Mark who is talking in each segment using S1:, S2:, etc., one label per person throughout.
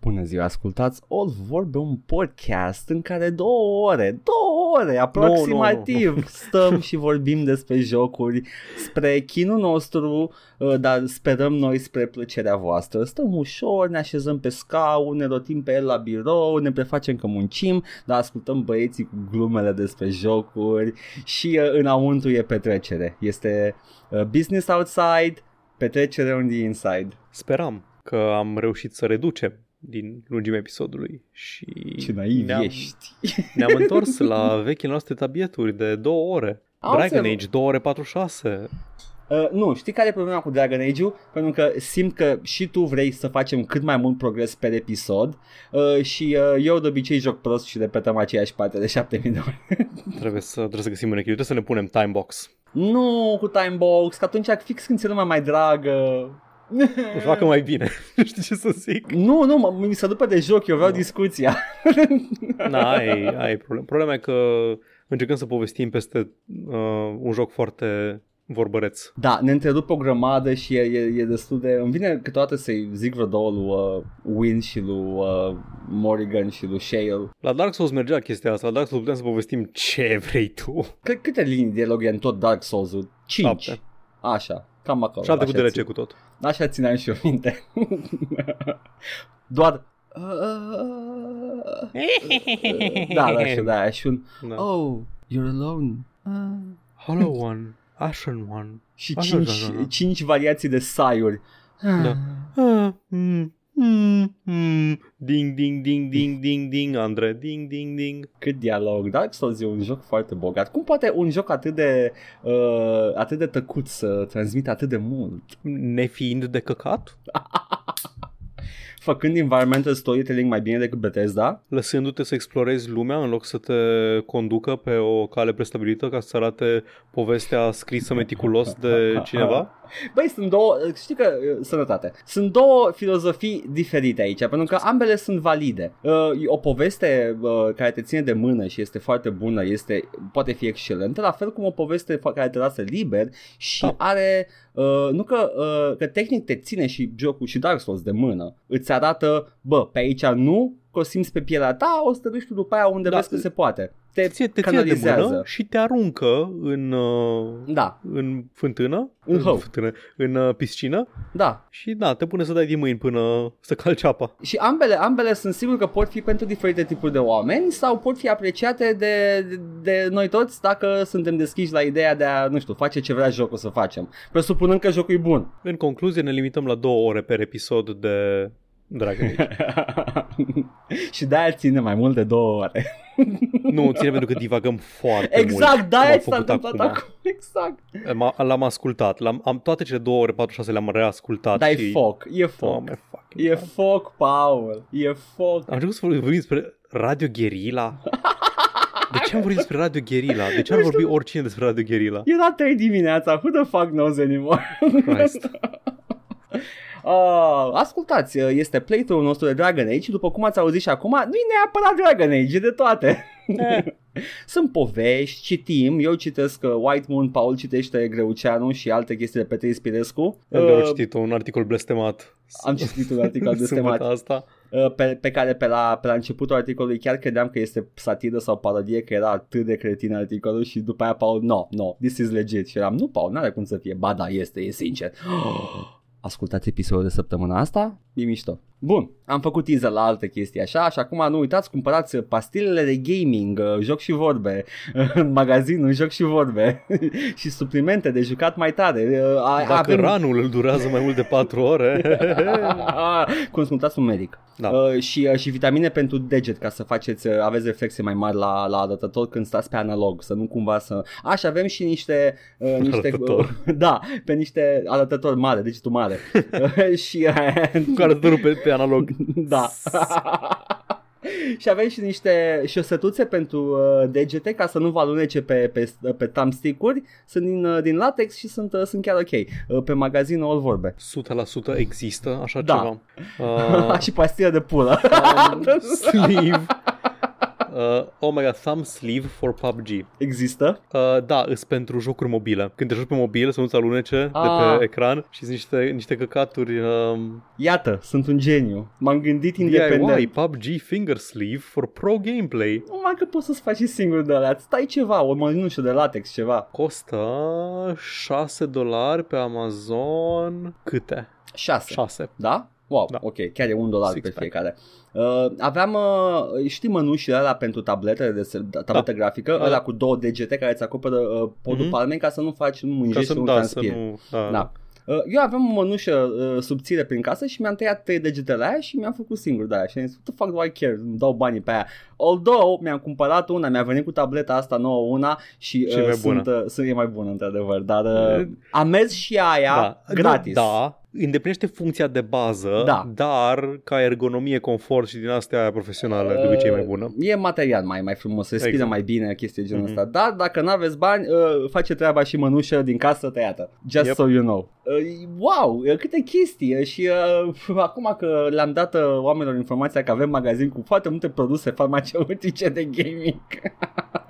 S1: Bună ziua, ascultați All Vorbe, un podcast în care două ore, două ore aproximativ no, no, no. stăm și vorbim despre jocuri, spre chinul nostru, uh, dar sperăm noi spre plăcerea voastră. Stăm ușor, ne așezăm pe scaun, ne rotim pe el la birou, ne prefacem că muncim, dar ascultăm băieții cu glumele despre jocuri și uh, înăuntru e petrecere. Este uh, business outside, petrecere on the inside.
S2: Speram că am reușit să reducem din lungimea episodului și
S1: Ce naiv
S2: ne-am,
S1: ești.
S2: ne-am întors la vechile noastre tabieturi de două ore.
S1: Am
S2: Dragon
S1: înțeles.
S2: Age 2 ore 46.
S1: Uh, nu, știi care e problema cu Dragon Age-ul? Pentru că simt că și tu vrei să facem cât mai mult progres pe episod uh, și uh, eu de obicei joc prost și repetăm aceeași parte de 7000 de ori.
S2: Trebuie să, trebuie să găsim un echilibru, trebuie să ne punem time box.
S1: nu cu Timebox, că atunci fix când ți lumea mai dragă. Mm.
S2: Își facă mai bine. Nu știu ce să zic.
S1: Nu, nu, mă- mi se după de joc, eu vreau
S2: Nu.
S1: discuția.
S2: Na, ai, ai problem. Problema e că încercăm să povestim peste uh, un joc foarte vorbăreț.
S1: Da, ne întrerup o grămadă și e, e, e destul de... Îmi vine câteodată să-i zic vreo două lui uh, Win și lui uh, Morrigan și lui Shale.
S2: La Dark Souls mergea chestia asta. La Dark Souls putem să povestim ce vrei tu.
S1: Cred câte linii de dialog e în tot Dark Souls-ul? 5.
S2: Șapte.
S1: Așa, cam acolo.
S2: Șapte cu
S1: Așa
S2: DLC cu tot.
S1: Așa țineam și eu minte. Doar... Da, da, și da, și un
S2: Da.
S1: Oh, you're alone.
S2: Hollow One, Ashen One.
S1: Și
S2: Așa,
S1: cinci,
S2: da, da, da.
S1: cinci variații de saiuri.
S2: Da. Ah, mm, mm, mm. Ding, ding, ding, ding, ding, ding, Andre, ding, ding, ding.
S1: Cât dialog. Dark Souls e un joc foarte bogat. Cum poate un joc atât de uh, atât de tăcut să transmită atât de mult?
S2: Nefiind de căcat,
S1: Făcând environmental storytelling mai bine decât Bethesda?
S2: lăsându-te să explorezi lumea în loc să te conducă pe o cale prestabilită ca să arate povestea scrisă meticulos de cineva.
S1: Băi, sunt două, știi că, uh, sănătate, sunt două filozofii diferite aici, pentru că ambele sunt valide. Uh, O poveste uh, care te ține de mână și este foarte bună, este, poate fi excelentă, la fel cum o poveste fa- care te lasă liber și
S2: Da.
S1: are, uh, nu că, uh, că tehnic te ține și jocul și Dark Souls de mână, îți arată, bă, pe aici nu, că o simți pe pielea ta, o să te duci tu după aia unde
S2: Da.
S1: vezi că se poate. Te,
S2: Te ține, te ține de mână
S1: canalizează.
S2: și te aruncă în, uh,
S1: da,
S2: în fântână,
S1: În hău.
S2: fântână, în uh, piscină
S1: da,
S2: și da, te pune să dai din mâini până să calci apa.
S1: Și ambele, ambele sunt sigur că pot fi pentru diferite tipuri de oameni sau pot fi apreciate de, de, de noi toți dacă suntem deschiși la ideea de a, nu știu, face ce vrea jocul să facem. Presupunând că jocul e bun.
S2: În concluzie, ne limităm la două ore per episod de Dragon Age.
S1: și de-aia ține mai mult de două ore.
S2: Nu, ține pentru că divagăm foarte mult.
S1: Exact,
S2: cum am
S1: de-aia s-a
S2: făcut
S1: întâmplat acum. Exact.
S2: M-a- L-am ascultat. L-am, am, toate cele două ore 46 le-am reascultat.
S1: Dar
S2: și...
S1: e foc, e
S2: Oh,
S1: foc.
S2: my fucking
S1: E
S2: God.
S1: foc, Paul. E foc.
S2: Am început să vorbim despre Radio Guerilla. De ce am vorbit despre Radio Guerilla? De ce ar
S1: Nu știu.
S2: vorbi oricine despre Radio Guerilla?
S1: Era 3 dimineața, who the fuck knows anymore?
S2: Christ.
S1: Uh, ascultați, este playthrough-ul nostru de Dragon Age și după cum ați auzit și acum, nu e neapărat Dragon Age, e de toate. Sunt povești, citim, eu citesc uh, White Moon, Paul citește Greuceanu și alte chestii de Petre Ispirescu.
S2: Am doar
S1: Uh,
S2: citit un articol blestemat.
S1: Am citit un articol de
S2: Sâmbătă
S1: temat
S2: asta.
S1: uh, pe, pe care pe la, pe la începutul articolului chiar credeam că este satiră sau parodie, că era atât de cretin articolul și după aia Paul, no, no, this is legit. Și eram, nu Paul, n-are cum să fie, ba da, este, e sincer. Ascultați episodul de săptămâna asta, e mișto. Bun, am făcut teaser la alte chestii așa și acum nu uitați, cumpărați pastilele de gaming, uh, joc și vorbe, în magazinul joc și vorbe și suplimente de jucat mai tare. Uh, a-
S2: Dacă ranul îl durează mai mult de 4 ore...
S1: Consultați un medic.
S2: Da.
S1: Uh, și, uh, și vitamine pentru deget ca să faceți, uh, aveți reflexe mai mari la, la arătător când stați pe analog, să nu cumva să... Așa, avem și niște... Uh, niște uh,
S2: Arătător.
S1: da, pe niște arătători mare, degetul mare. uh, și... Uh,
S2: Cu arătătorul pe, pe analog.
S1: da. și avem și niște șosetuțe pentru uh, degete ca să nu vă alunece pe, pe, pe thumbstick-uri. Sunt din, uh, din latex și sunt, uh, sunt chiar ok. Uh, pe magazinul All Vorbe.
S2: 100% există așa
S1: Da.
S2: ceva. Uh,
S1: și pastile de pulă.
S2: um, sleeve. Uh, oh my god, thumb sleeve for PUBG.
S1: Există?
S2: Uh, da, îs pentru jocuri mobile. Când te joci pe mobil să nu-ți alunece
S1: Ah.
S2: de pe ecran și sunt niște, niște căcaturi um,
S1: Iată, sunt un geniu. M-am gândit independent.
S2: DIY, PUBG finger sleeve for pro gameplay.
S1: Numai că poți să-ți faci și singur de alea. Îți tai ceva, o mănușă de latex, ceva.
S2: Costă 6 dolari pe Amazon. Câte?
S1: 6.
S2: 6.
S1: Da? Wow,
S2: Da.
S1: ok, chiar e un dolar
S2: Six
S1: pe
S2: pack.
S1: fiecare. Uh, aveam, uh, știi mănușile alea pentru tablete, de se- tabletă da. grafică,
S2: Da.
S1: ăla cu două degete care îți acoperă uh, podul mm-hmm.
S2: Mhm.
S1: palmei ca să nu faci, nu
S2: Ca
S1: mânjești,
S2: să,
S1: să nu
S2: da, să
S1: transpiri.
S2: nu... Da.
S1: Da. Uh, Eu aveam o mănușă uh, subțire prin casă și mi-am tăiat trei degetele aia și mi-am făcut singur de aia și am zis, what the fuck do I care, îmi dau banii pe aia. Although mi-am cumpărat una, mi-a venit cu tableta asta nouă una și,
S2: Și e mai
S1: sunt, uh, sunt, e mai bună într-adevăr, dar uh,
S2: E-
S1: am mers și aia
S2: Da.
S1: gratis.
S2: Nu, Da, îndeplinește funcția de bază,
S1: Da.
S2: dar ca ergonomie, confort și din astea profesionale, de obicei e mai bună.
S1: E material mai, mai frumos, se respiră
S2: Exact.
S1: mai bine chestii de genul
S2: Mhm.
S1: ăsta. Dar dacă nu aveți bani, uh, face treaba și mănușă din casă tăiată. Just
S2: Yep.
S1: so you know. Uh, wow, uh, câte chestii uh, și uh, acum că le-am dat uh, oamenilor informația că avem magazin cu foarte multe produse farmaceutice de gaming.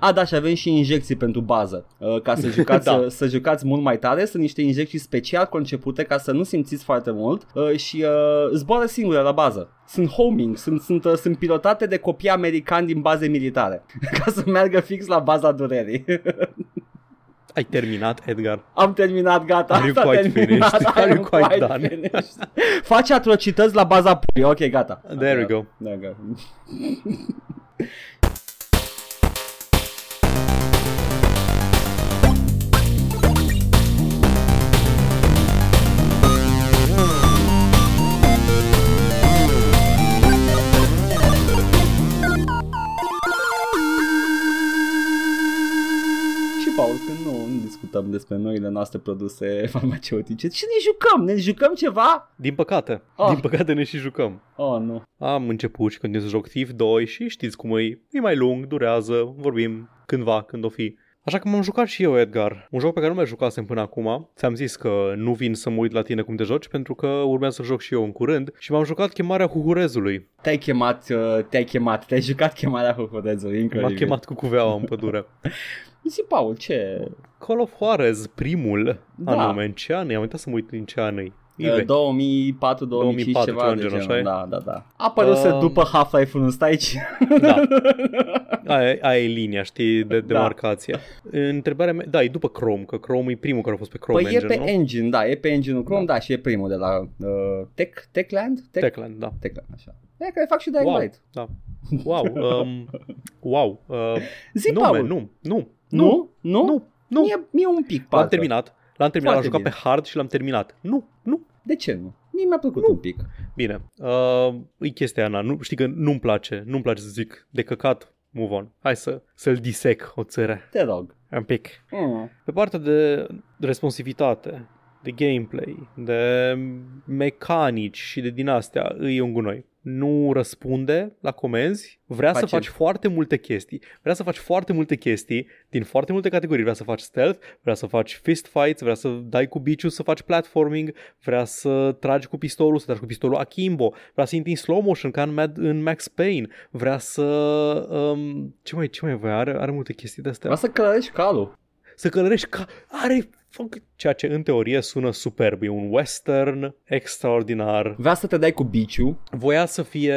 S1: A, da, și avem și injecții pentru bază, uh, ca să jucați,
S2: Da.
S1: da. să jucați mult mai tare. Sunt niște injecții special concepute ca să nu simțiți foarte mult uh, și uh, zboară singure la bază. Sunt homing, sunt, sunt, uh, sunt pilotate de copii americani din baze militare, ca să meargă fix la baza durerii.
S2: Ai terminat, Edgar.
S1: Am terminat, gata.
S2: Are you
S1: s-a
S2: quite
S1: terminat,
S2: finished? Are you
S1: I'm
S2: quite done?
S1: finished. Faci atrocități la baza purii, ok, gata.
S2: There we go.
S1: Da, gata. Și Paul, când nu, nu discutăm despre noile noastre produse farmaceutice, ce ne jucăm? Ne jucăm ceva?
S2: Din păcate.
S1: Ah.
S2: Din păcate ne și jucăm.
S1: Oh, nu.
S2: Am început și continuu să joc Thief 2 și știți cum e. E mai lung, durează, vorbim cândva, când o fi. Așa că m-am jucat și eu, Edgar. Un joc pe care nu mai jucasem până acum. Ți-am zis că nu vin să mă uit la tine cum te joci, pentru că urmează să joc și eu în curând. Și m-am jucat chemarea Huhurezului.
S1: Te-ai chemat, uh, te-ai chemat, te-ai jucat chemarea Hohorețului,
S2: M-a
S1: incredibil.
S2: chemat cu cuveaua în pădure.
S1: Zi, Paul, ce?
S2: Call of Juarez, primul,
S1: Da.
S2: da. anume, în ce an e? Am uitat să mă uit din ce an e. E
S1: Uh,
S2: vechi.
S1: 2004, 2005,
S2: 2004,
S1: ceva
S2: ceva
S1: de
S2: în genul,
S1: genul.
S2: așa
S1: Da, da, da. Apăruse
S2: Um,
S1: după Half-Life 1, stai aici.
S2: Da. Aia, aia e linia, știi, de
S1: Da.
S2: demarcație. Întrebarea mea, da, e după Chrome, că Chrome e primul care a fost pe Chrome
S1: Păi e
S2: Engine,
S1: pe
S2: nu?
S1: engine, da, e pe engine-ul Chrome, da, și e primul de la uh, Tech, Techland? Tech,
S2: Techland, da.
S1: Techland, așa. E care fac și de
S2: Wow.
S1: Ignite.
S2: da. Wow, um, wow, uh,
S1: Zi,
S2: nu,
S1: Paul.
S2: man, nu, nu,
S1: Nu? Nu?
S2: nu, nu,
S1: Mie, mie un pic
S2: l-am
S1: parcă.
S2: terminat, l-am terminat, l-am
S1: Foarte
S2: jucat
S1: bine.
S2: pe hard și l-am terminat. Nu, nu,
S1: De ce nu? Mie mi-a plăcut
S2: Nu.
S1: un pic.
S2: bine, uh, e chestia Ana, nu, știi că nu-mi place, nu-mi place să zic de căcat, move on. Hai să, să-l disec o țără,
S1: Te rog.
S2: un pic.
S1: Mm.
S2: Pe partea de responsivitate, de gameplay, de mecanici și de din astea, îi un gunoi. Nu răspunde la comenzi, vrea să
S1: Face-
S2: faci foarte multe chestii. Vrea să faci foarte multe chestii din foarte multe categorii. Vrea să faci stealth, vrea să faci fist fights, vrea să dai cu biciu, să faci platforming, vrea să tragi cu pistolul, să tragi cu pistolul akimbo, vrea să intri în slow motion ca în, Mad, în Max Payne, vrea să... Um, ce mai ce mai voia? Are, are multe chestii de astea
S1: Vreau să călărești calul.
S2: să călărești ca are fuck- ceea ce în teorie sună superb, e un western extraordinar.
S1: Vrea să te dai cu biciu
S2: Voia să fie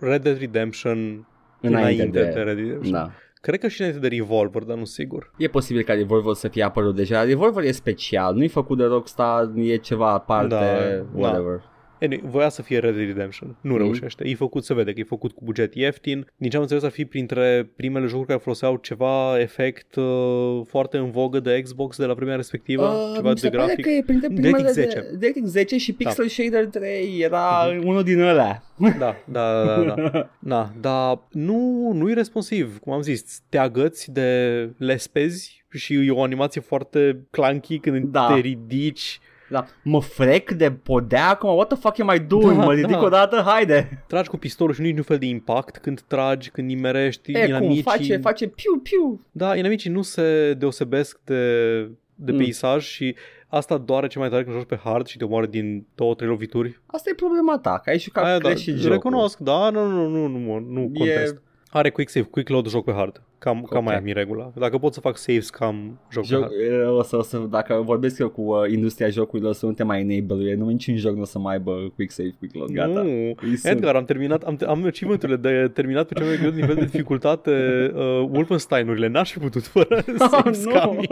S2: Red Dead Redemption
S1: înainte, de...
S2: Red Dead Redemption.
S1: Da.
S2: Cred că și înainte de Revolver, dar nu sigur.
S1: E posibil ca Revolver să fie apărut deja. Revolver e special, nu-i făcut de Rockstar, e ceva aparte, da,
S2: Da,
S1: whatever. Da.
S2: Anyway, voia să fie Red Dead Redemption. Nu
S1: Mhm.
S2: reușește. E făcut, se vede că e făcut cu buget ieftin. Din ce am înțeles, ar fi printre primele jocuri care foloseau ceva efect uh, foarte în vogă de Xbox de la vremea respectivă. ceva
S1: Uh, mi se
S2: de
S1: pare
S2: grafic. Da.
S1: că e printre primele
S2: DirectX
S1: 10.
S2: 10.
S1: De, DirectX 10 și Pixel Shader 3 era
S2: Mhm.
S1: unul din ăla.
S2: Da, da, da, da, da. Na, dar nu, nu e responsiv, cum am zis, te agăți de lespezi și e o animație foarte clunky când
S1: Da.
S2: da. te ridici,
S1: Da. Mă frec de podea acum, what the fuck am I doing?
S2: Da,
S1: mă ridic
S2: da.
S1: o dată, haide!
S2: tragi cu pistolul și nu e niciun fel de impact când tragi, când nimerești,
S1: E, cum,
S2: inamicii,
S1: face, face piu, piu.
S2: Da, inamicii nu se deosebesc de, de
S1: Mm.
S2: peisaj și asta doare ce mai tare când joci pe hard și te omoară din două, trei lovituri.
S1: Asta e problema ta, că ai jucat Aia,
S2: da,
S1: Clash și jocul.
S2: recunosc, da, nu, nu, nu, nu, nu, nu contest.
S1: E...
S2: Are quick save, quick load, joc pe hard. Cam, cam
S1: Ok.
S2: mai am în regulă. Dacă pot să fac saves, cam joc, joc pe
S1: Joc,
S2: hard.
S1: o să, o să, dacă vorbesc eu cu uh, industria jocurilor, o să nu te mai enable nu niciun joc nu o să mai aibă quick save, quick load, gata.
S2: Nu,
S1: Îi sunt.
S2: Edgar, am terminat, am, am achievement-urile de terminat pe cel mai greu nivel de dificultate uh, Wolfenstein-urile. N-aș fi putut fără saves
S1: Oh, nu.
S2: coming.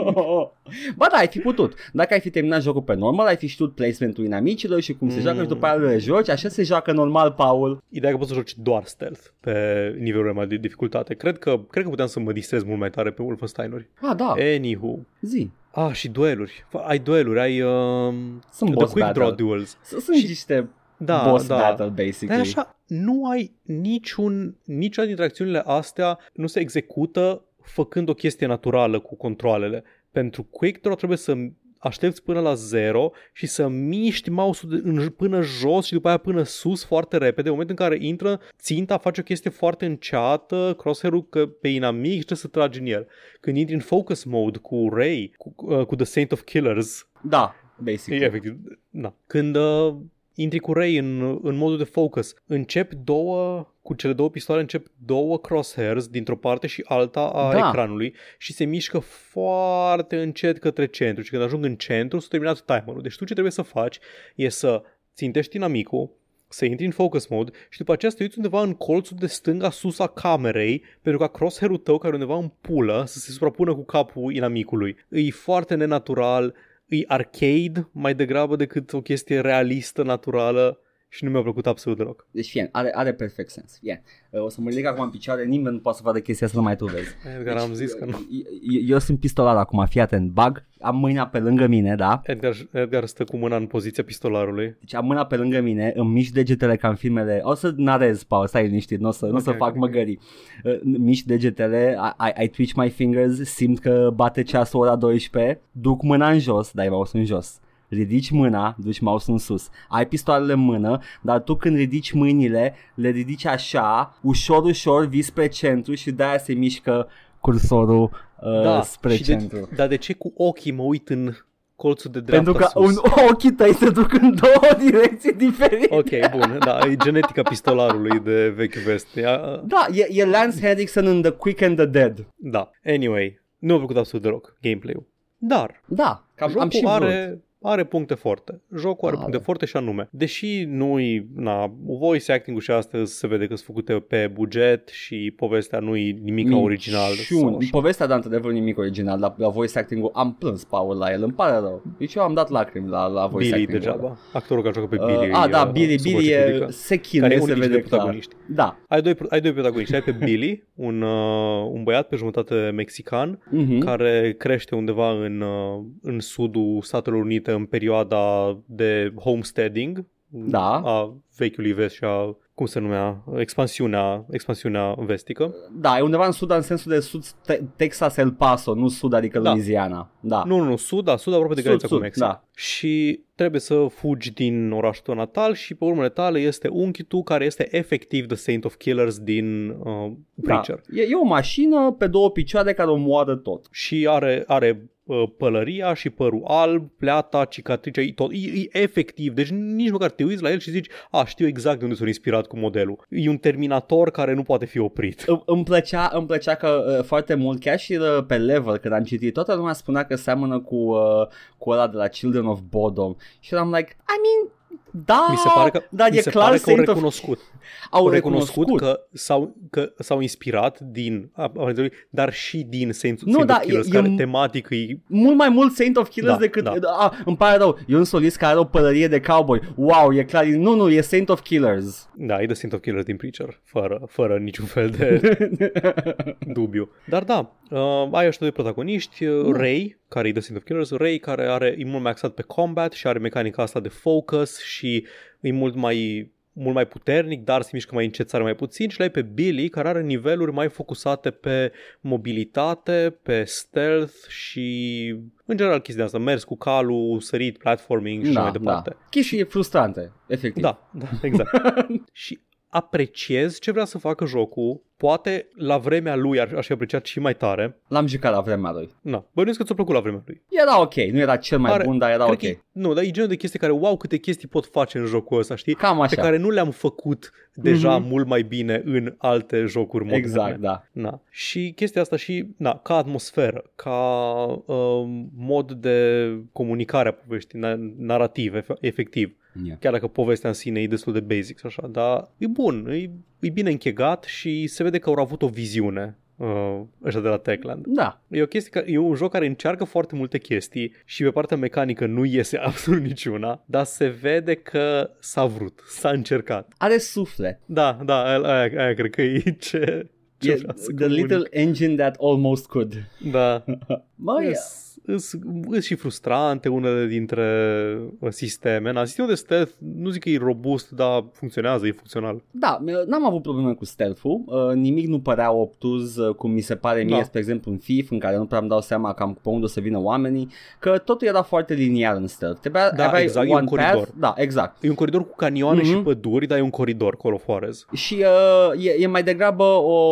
S1: Ba da, ai fi putut. Dacă ai fi terminat jocul pe normal, ai fi știut placementul inamicilor și cum se
S2: Mm.
S1: joacă și după aia le joci. Așa se joacă normal, Paul.
S2: Ideea e că poți să joci doar stealth pe nivelurile mai de dificultate. Cred că, cred că puteam să mă distrez mult mai tare pe Wolfenstein-uri.
S1: Ah, da, e...
S2: Anywho.
S1: zi.
S2: Ah, și dueluri. Fa- Ai dueluri, ai uh,
S1: Sunt
S2: the
S1: boss
S2: quick
S1: battle.
S2: draw duels.
S1: S- Sunt
S2: Și-
S1: niște
S2: Da,
S1: boss
S2: da.
S1: battle,
S2: Dar e
S1: basically.
S2: așa, nu ai niciun, niciuna dintre acțiunile astea nu se execută făcând o chestie naturală cu controlele. Pentru Quick Draw trebuie să aștepți până la zero și să miști mouse-ul de- în, până jos și după aia până sus foarte repede. În momentul în care intră, ținta face o chestie foarte înceată, crosshair-ul că pe inamic și trebuie să tragi în el. Când intri în focus mode cu Ray, cu, uh, cu The Saint of Killers,
S1: Da, basically.
S2: E, efectiv, da. Când uh, intri cu Ray în, în modul de focus, încep două, cu cele două pistoale încep două crosshairs dintr-o parte și alta a
S1: Da.
S2: ecranului și se mișcă foarte încet către centru și când ajung în centru s-a terminat timerul. Deci tu ce trebuie să faci e să țintești inamicul, să intri în focus mode și după aceea să te uiți undeva în colțul de stânga sus a camerei pentru ca crosshair-ul tău care e undeva în pulă să se suprapună cu capul inamicului. E foarte nenatural, e arcade mai degrabă decât o chestie realistă, naturală și nu mi-a plăcut absolut deloc.
S1: Deci, fie, are, are perfect sens. Fie. O să mă ridic acum în picioare, nimeni nu poate să vadă chestia asta, numai tu vezi.
S2: Edgar,
S1: Deci,
S2: am zis că nu.
S1: Eu, eu, eu sunt pistolar acum, fii atent, bag, am mâna pe lângă mine, da?
S2: Edgar, Edgar stă cu mâna în poziția pistolarului.
S1: Deci am mâna pe lângă mine, îmi mișc degetele ca în filmele, o să narez, Paul, stai liniștit, nu o să, nu o să
S2: Ok,
S1: fac
S2: ok.
S1: măgării. Uh, Mișc degetele, I, I, I twitch my fingers, simt că bate ceasul ora 12, duc mâna în jos, dai mouse în jos. Ridici mâna, duci mouse în sus. Ai pistoalele în mână, dar tu când ridici mâinile, le ridici așa, ușor, ușor, vii spre centru și de-aia se mișcă cursorul uh, spre
S2: Da, și deci de-
S1: centru.
S2: dar de ce cu ochii mă uit în colțul de dreapta
S1: Pentru că
S2: sus?
S1: un ochii tăi se duc în două direcții diferite.
S2: Ok, bun, da, e genetica pistolarului de vechi vest. Ea,
S1: Da, e, e Lance Henriksen în The Quick and the Dead.
S2: Da, anyway, nu mi-a plăcut absolut deloc gameplay-ul. Dar
S1: Da,
S2: Jocul
S1: am și vrut. Ah, da.
S2: are, are puncte forte. Jocul are
S1: Are.
S2: puncte forte și anume. Deși nu-i, na, voice acting-ul și astăzi se vede că sunt făcute pe buget și povestea nu-i nimic original. sau
S1: Minciun.
S2: așa.
S1: Povestea, dar într-adevăr nimic original, la, la voice acting-ul am plâns Paul la el, îmi pare rău. Deci eu am dat lacrimi la, la voice
S2: Billy
S1: acting-ul.
S2: degeaba. Actorul care joacă pe
S1: Uh,
S2: Billy.
S1: a,
S2: e,
S1: da,
S2: uh,
S1: Billy,
S2: super
S1: Billy e,
S2: ciudică,
S1: se
S2: care
S1: chinuie,
S2: e
S1: se
S2: unul dintre
S1: vede clar.
S2: protagoniști.
S1: Da.
S2: Ai doi, ai doi protagoniști. Ai pe Billy, un, uh, un băiat pe jumătate mexican,
S1: Mhm.
S2: care crește undeva în, uh, în sudul Statelor Unite în perioada de homesteading
S1: Da.
S2: a vechiului vest și a, cum se numea, expansiunea, expansiunea vestică.
S1: Da, e undeva în sud, dar în sensul de sud te- Texas El Paso, nu sud, adică
S2: Da.
S1: Louisiana. Da.
S2: Nu, nu, nu, sud, da, sud aproape de
S1: Sud,
S2: granița cu
S1: sud,
S2: Mexic.
S1: da.
S2: Și trebuie să fugi din orașul tău natal și pe urmele tale este unchiul tău care este efectiv The Saint of Killers din uh, Preacher.
S1: Da. E, e o mașină pe două picioare care o moară tot.
S2: și are, are uh, pălăria și părul alb, pleata, cicatricea, e, tot, e, e efectiv, deci nici măcar te uiți la el și zici, a, știu exact de unde s-a inspirat cu modelul. E un terminator care nu poate fi oprit.
S1: Î- îmi plăcea, îmi plăcea că uh, foarte mult, chiar și uh, pe level, când am citit, toată lumea spunea că seamănă cu, uh, cu ăla de la Children of Bodom. Și eram like, I mean, da,
S2: Mi se pare că,
S1: dar
S2: mi
S1: e
S2: se
S1: clar
S2: pare că au
S1: Saint of-
S2: recunoscut,
S1: au
S2: au recunoscut,
S1: recunoscut.
S2: că, s-au, că s-au inspirat din, aparent, dar și din Saint,
S1: Nu,
S2: Saint
S1: da,
S2: of Killers,
S1: e- e
S2: care
S1: un-
S2: tematic e
S1: Mult mai mult Saint of Killers
S2: Da,
S1: da, decât...
S2: da.
S1: Da. A, îmi pare rău, e un solist care are o pălărie de cowboy. Wow, e clar, nu, nu, e Saint of Killers.
S2: Da, e The Saint of Killers din Preacher, fără, fără niciun fel de dubiu. Dar da, uh, ai ăștia doi protagoniști, uh, Ray, care e The Saint of Killers, Ray care are, e mult mai axat pe combat și are mecanica asta de focus și e mult mai mult mai puternic, dar se mișcă mai încet, sare mai puțin și l-ai pe Billy, care are niveluri mai focusate pe mobilitate, pe stealth și în general chestia de asta, mers cu calul, sărit, platforming și așa mai departe.
S1: Da. Chestii frustrante, efectiv.
S2: Da, da, exact. și apreciez ce vrea să facă jocul, poate la vremea lui ar, aș fi apreciat și mai tare.
S1: L-am jucat la vremea lui.
S2: Na, bănuiesc că ți-a plăcut la vremea lui.
S1: Era ok, nu era cel mai
S2: Are-
S1: bun, dar era
S2: Cred
S1: Da, ok.
S2: că e- nu, dar e genul de chestii care, wow, câte chestii pot face în jocul ăsta, știi?
S1: Cam așa.
S2: Pe care nu le-am făcut deja
S1: Mhm.
S2: mult mai bine în alte jocuri moderne.
S1: Exact, da.
S2: Na. Și chestia asta și na, ca atmosferă, ca uh, mod de comunicare a poveștii, na- narrativ, ef- efectiv.
S1: Yeah.
S2: Chiar dacă povestea în sine e destul de basic, și așa, dar e bun, e, e bine închegat și se vede că au avut o viziune uh, ăștia de la Techland.
S1: Da,
S2: E o chestie care, e un joc care încearcă foarte multe chestii și pe partea mecanică nu iese absolut niciuna, dar se vede că s-a vrut, s-a încercat.
S1: are suflet.
S2: Da, da, aia, aia, aia cred că e ce... ce
S1: E
S2: vreau să
S1: the
S2: comunic.
S1: little engine that almost could.
S2: Da.
S1: Măi,
S2: Îs- Îs îs și frustrante unele dintre uh, sisteme. Na, sistemul de stealth nu zic că e robust, dar funcționează, e funcțional.
S1: Da, n-am avut probleme cu stealth-ul, uh, nimic nu părea obtuz, uh, cum mi se pare mie,
S2: Da.
S1: spre exemplu în FIF, în care nu prea îmi dau seama cam pe unde o să vină oamenii, că totul era foarte liniar în stealth. Trebuia,
S2: Da,
S1: aveai
S2: exact, e
S1: one
S2: un
S1: path,
S2: coridor.
S1: Da, exact.
S2: E un coridor cu canioane
S1: Mhm.
S2: și păduri, dar e un coridor, colo Forez.
S1: Și uh, e, e mai degrabă o,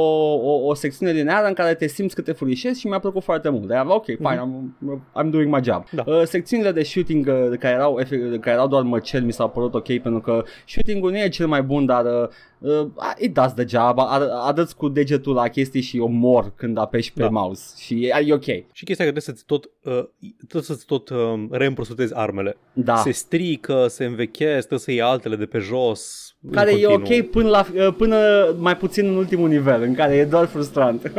S1: o, o secțiune lineară în care te simți că te furișezi și mi-a plăcut foarte mult. Dar ok, fine, I'm, I'm doing my job.
S2: Mhm. Da.
S1: Uh, secțiunile de shooting uh, care, erau, efe- care erau doar măcel mi s-au părut ok pentru că shooting-ul nu e cel mai bun, dar uh, uh, it does the job. Ar, arăți cu degetul la chestii și eu mor când apeși pe
S2: Da.
S1: mouse și e, e ok.
S2: Și chestia că trebuie să-ți tot, uh, trebuie să-ți tot uh, reîmprăsutezi armele.
S1: Da.
S2: Se strică, se învechesc, trebuie să iei altele de pe jos. în
S1: care e
S2: continuu.
S1: ok până, la, uh, până mai puțin în ultimul nivel, în care e doar frustrant.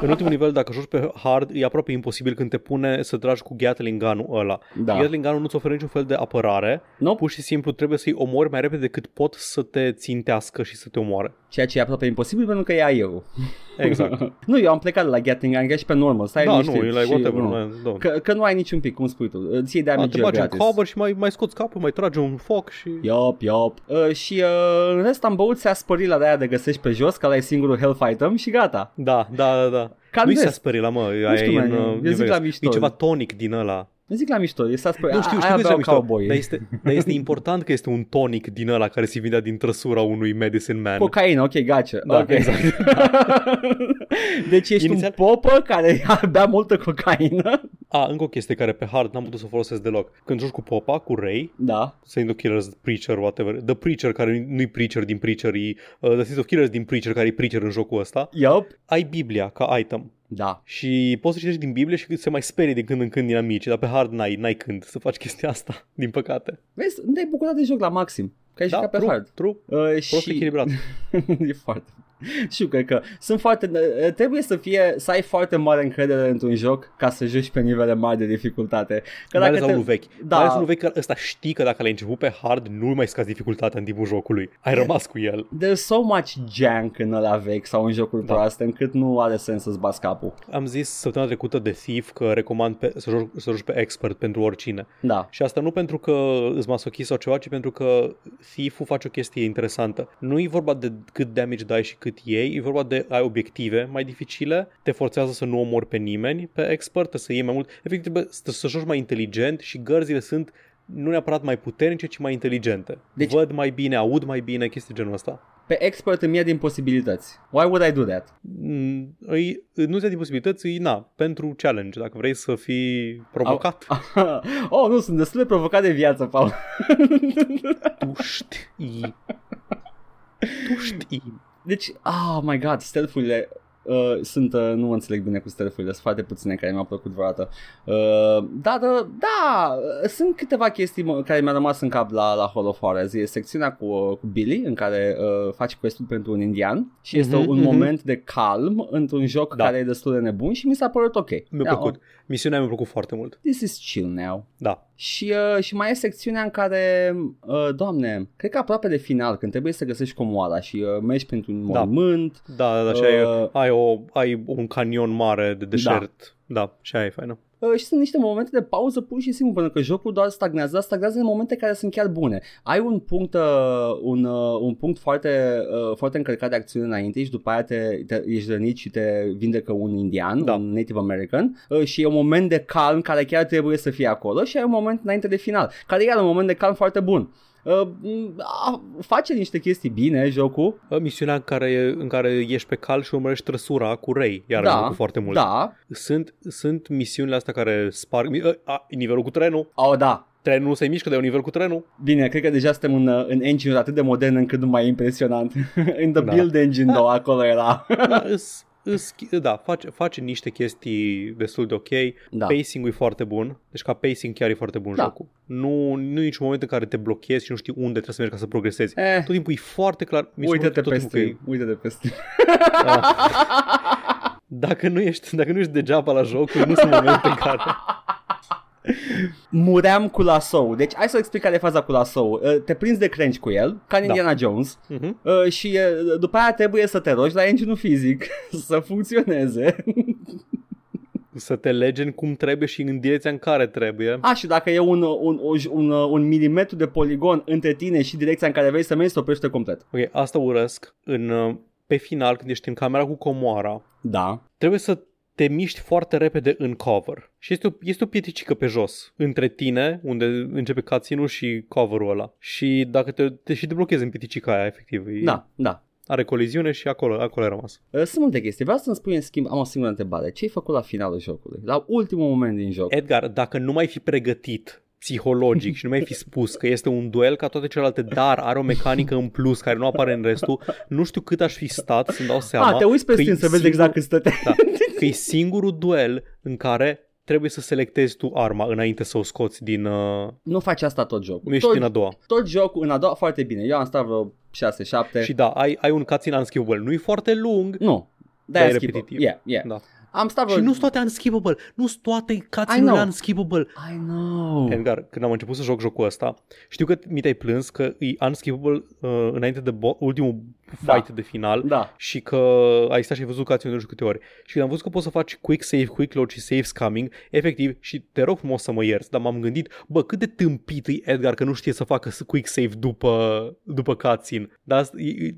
S2: În ultimul nivel, dacă joci pe hard, e aproape imposibil când te pune să tragi cu Gatling gun-ul ăla.
S1: Da.
S2: Gatling gun-ul nu-ți oferă niciun fel de apărare,
S1: nope.
S2: pur și simplu trebuie să-i omori mai repede decât pot să te țintească și să te omoare.
S1: Ceea ce e aproape imposibil pentru că e eu.
S2: Exact.
S1: nu, eu am plecat de la Getting Angry și pe normal, stai
S2: da, nu,
S1: liniștit.
S2: e like
S1: și,
S2: whatever.
S1: nu.
S2: man, da.
S1: Că, că nu ai niciun pic, cum spui tu, îți iei
S2: Da,
S1: damage
S2: te bagi în
S1: gratis.
S2: cover și mai, mai scoți capul, mai tragi un foc și...
S1: Iop, iop. Uh, și uh, în rest am băut se spărit la de aia de găsești pe jos, că ăla e singurul health item și gata.
S2: Da, da, da, da.
S1: Calm
S2: Nu-i se
S1: vest.
S2: asperi la mă, aia
S1: Nu știu,
S2: e
S1: man,
S2: în,
S1: eu
S2: uh,
S1: zic
S2: univers.
S1: la mișto.
S2: E ceva tonic din ăla.
S1: Nu zic la mișto, e s-a spărit.
S2: nu știu,
S1: aia
S2: știu că
S1: beau
S2: mișto,
S1: cowboy.
S2: dar este, dar este important că este un tonic din ăla care se vindea din trăsura unui medicine man.
S1: Cocaină, ok, gotcha.
S2: Da,
S1: Ok.
S2: exact.
S1: deci ești
S2: Inițial-
S1: un popă care bea multă cocaină.
S2: A, încă o chestie care pe hard n-am putut să o folosesc deloc. Când joci cu Popa, cu Ray,
S1: Da.
S2: Saint of Killers, Preacher, whatever. The Preacher, care nu-i Preacher din Preacher, e, uh, The Saint of Killers din Preacher, care e Preacher în jocul ăsta.
S1: Iop.
S2: Ai Biblia ca item.
S1: Da.
S2: Și poți să citești din Biblie și se mai sperie din când în când din amici, dar pe hard n-ai, n-ai când să faci chestia asta, din păcate.
S1: Vezi, nu te-ai bucurat de joc la maxim. Că ai jucat pe
S2: Da, true,
S1: hard.
S2: true.
S1: Uh,
S2: Prost
S1: și...
S2: echilibrat.
S1: e foarte... Știu că, că sunt foarte... Trebuie să fie... Să ai foarte mare încredere într-un joc ca să joci pe nivele mari de dificultate. Că
S2: Mai ales
S1: dacă
S2: la unul
S1: te...
S2: vechi.
S1: Da.
S2: Mai ales la unul vechi, că ăsta știi că dacă l-ai început pe hard, nu mai scazi dificultatea în timpul jocului. Ai rămas cu el.
S1: There's so much junk în ăla vechi sau în jocuri
S2: Da.
S1: da. proaste încât nu are sens să-ți bați capul.
S2: Am zis săptămâna trecută de Thief că recomand pe, să, joci, să joci pe expert pentru oricine.
S1: Da.
S2: Și asta nu pentru că îți masochist sau ceva, ci pentru că thief face o chestie interesantă. Nu e vorba de cât damage dai și cât iei, e vorba de ai obiective mai dificile, te forțează să nu omori pe nimeni, pe expert, trebuie să iei mai mult. Efectiv, trebuie să, să joci mai inteligent și gărzile sunt nu neapărat mai puternice, ci mai inteligente. Deci...
S1: Deci-
S2: Văd mai bine, aud mai bine, chestii genul ăsta.
S1: Pe expert îmi ia din posibilități. Why would I do that?
S2: Mm, Îi, nu-ți ia din posibilități, îi, na, pentru challenge, dacă vrei să fii provocat.
S1: oh, nu, sunt destul de provocat de viață, Paul.
S2: Tu știi. Tu știi.
S1: Deci, oh my god, stealth-urile uh, sunt, uh, nu înțeleg bine cu stealth-urile, sunt foarte puține care mi-au plăcut vreodată. Uh, dar, uh, da, uh, sunt câteva chestii mă, care mi-au rămas în cap la, la Hall of Horrors. E secțiunea cu, uh, cu Billy, în care uh, faci quest pentru un indian și este
S2: Mhm,
S1: un
S2: mhm.
S1: moment de calm într-un joc
S2: Da.
S1: care e destul de nebun și mi s-a părut ok.
S2: Mi-a
S1: Da,
S2: plăcut. Misiunea mi-a plăcut foarte mult.
S1: This is chill now.
S2: Da.
S1: Și, uh, și mai e secțiunea în care, uh, doamne, cred că aproape de final, când trebuie să găsești comoara și uh, mergi printr-un
S2: Da.
S1: mormânt,
S2: Da, da, da. Și ai,
S1: Uh,
S2: ai, o, ai un canion mare de deșert. Da. da și aia e faină.
S1: Uh, și sunt niște momente de pauză pur și simplu, pentru că jocul doar stagnează, dar stagnează în momente care sunt chiar bune. Ai un punct, uh, un, uh, un punct foarte, uh, foarte încărcat de acțiune înainte și după aia te, te, ești rănit și te vindecă un indian,
S2: Da.
S1: da. un native american uh, și e un moment de calm care chiar trebuie să fie acolo și ai un moment înainte de final, care e iar un moment de calm foarte bun. Uh, Uh, face niște chestii bine jocul.
S2: Uh, Misiunea în care, în care ești pe cal și urmărești trăsura cu rei, iar da, cu foarte mult.
S1: Da.
S2: Sunt, sunt misiunile astea care sparg... ă, A, nivelul cu trenul.
S1: Oh, da,
S2: trenul nu se mișcă de un nivel cu trenul.
S1: Bine, cred că deja suntem în, în engine atât de modern încât nu mai e impresionant. în the da. build engine, da. acolo era.
S2: da, îs, îs, da, face, face niște chestii destul de ok. Da.
S1: Păi,
S2: Pacing-ul e foarte bun. Deci ca pacing chiar e foarte bun da. jocul. Nu, nu e niciun moment în care te blochezi și nu știi unde trebuie să mergi ca să progresezi. Eh. Tot timpul e foarte clar.
S1: Mi Uită-te peste. E... Uită-te peste.
S2: dacă nu ești, dacă nu ești degeaba la jocul, nu sunt momente în care...
S1: Muream cu lasou. Deci hai să explic care e faza cu lasou. Eh, Te prinzi de crenci cu el, ca în da. Indiana Jones,
S2: Mhm.
S1: uh-huh. și după aia trebuie să te rogi la engine fizic să funcționeze.
S2: Să te legi în cum trebuie și în direcția în care trebuie.
S1: A, și dacă e un, un, un, un, un milimetru de poligon între tine și direcția în care vrei să mergi, se oprește complet.
S2: Ok, asta urăsc. În, uh, pe final, când ești în camera cu comoara,
S1: da.
S2: trebuie să te miști foarte repede în cover. Și este o, este o pieticică pe jos, între tine, unde începe cutscene și coverul ăla. Și dacă te, te și deblochezi în pieticica aia, efectiv. E...
S1: Da, da.
S2: Are coliziune și acolo, acolo a rămas.
S1: Ă, Sunt multe chestii. Vreau să-mi spui în schimb, am o singură întrebare. Ce ai făcut la finalul jocului? La ultimul moment din joc?
S2: Edgar, dacă nu mai fi pregătit psihologic și nu mi-ai fi spus că este un duel ca toate celelalte, dar are o mecanică în plus care nu apare în restul, nu știu cât aș fi stat să-mi dau seama.
S1: A, te uiți pe Steam să vezi exact cât stăte.
S2: Da, că e singurul duel în care trebuie să selectezi tu arma înainte să o scoți din... Uh...
S1: Nu faci asta tot jocul.
S2: Ești
S1: tot,
S2: în a doua.
S1: Tot jocul în a doua foarte bine. Eu am stat vreo 6-7.
S2: Și da, ai, ai un cutscene unskippable. Nu e foarte lung.
S1: Nu. Da, e repetitiv. Yeah, yeah. Da. Am stat
S2: Și nu sunt toate unskippable. Nu sunt toate cutscene-urile unskippable.
S1: I know.
S2: Edgar, când am început să joc jocul ăsta, știu că mi te-ai plâns că e unskippable uh, înainte de bo- ultimul fight da. de final
S1: da.
S2: și că ai stat și ai văzut cutscene nu știu câte ori. Și când am văzut că poți să faci quick save, quick load și saves coming, efectiv, și te rog frumos să mă ierți, dar m-am gândit, bă, cât de tâmpit e Edgar că nu știe să facă quick save după, după cutscene. Dar,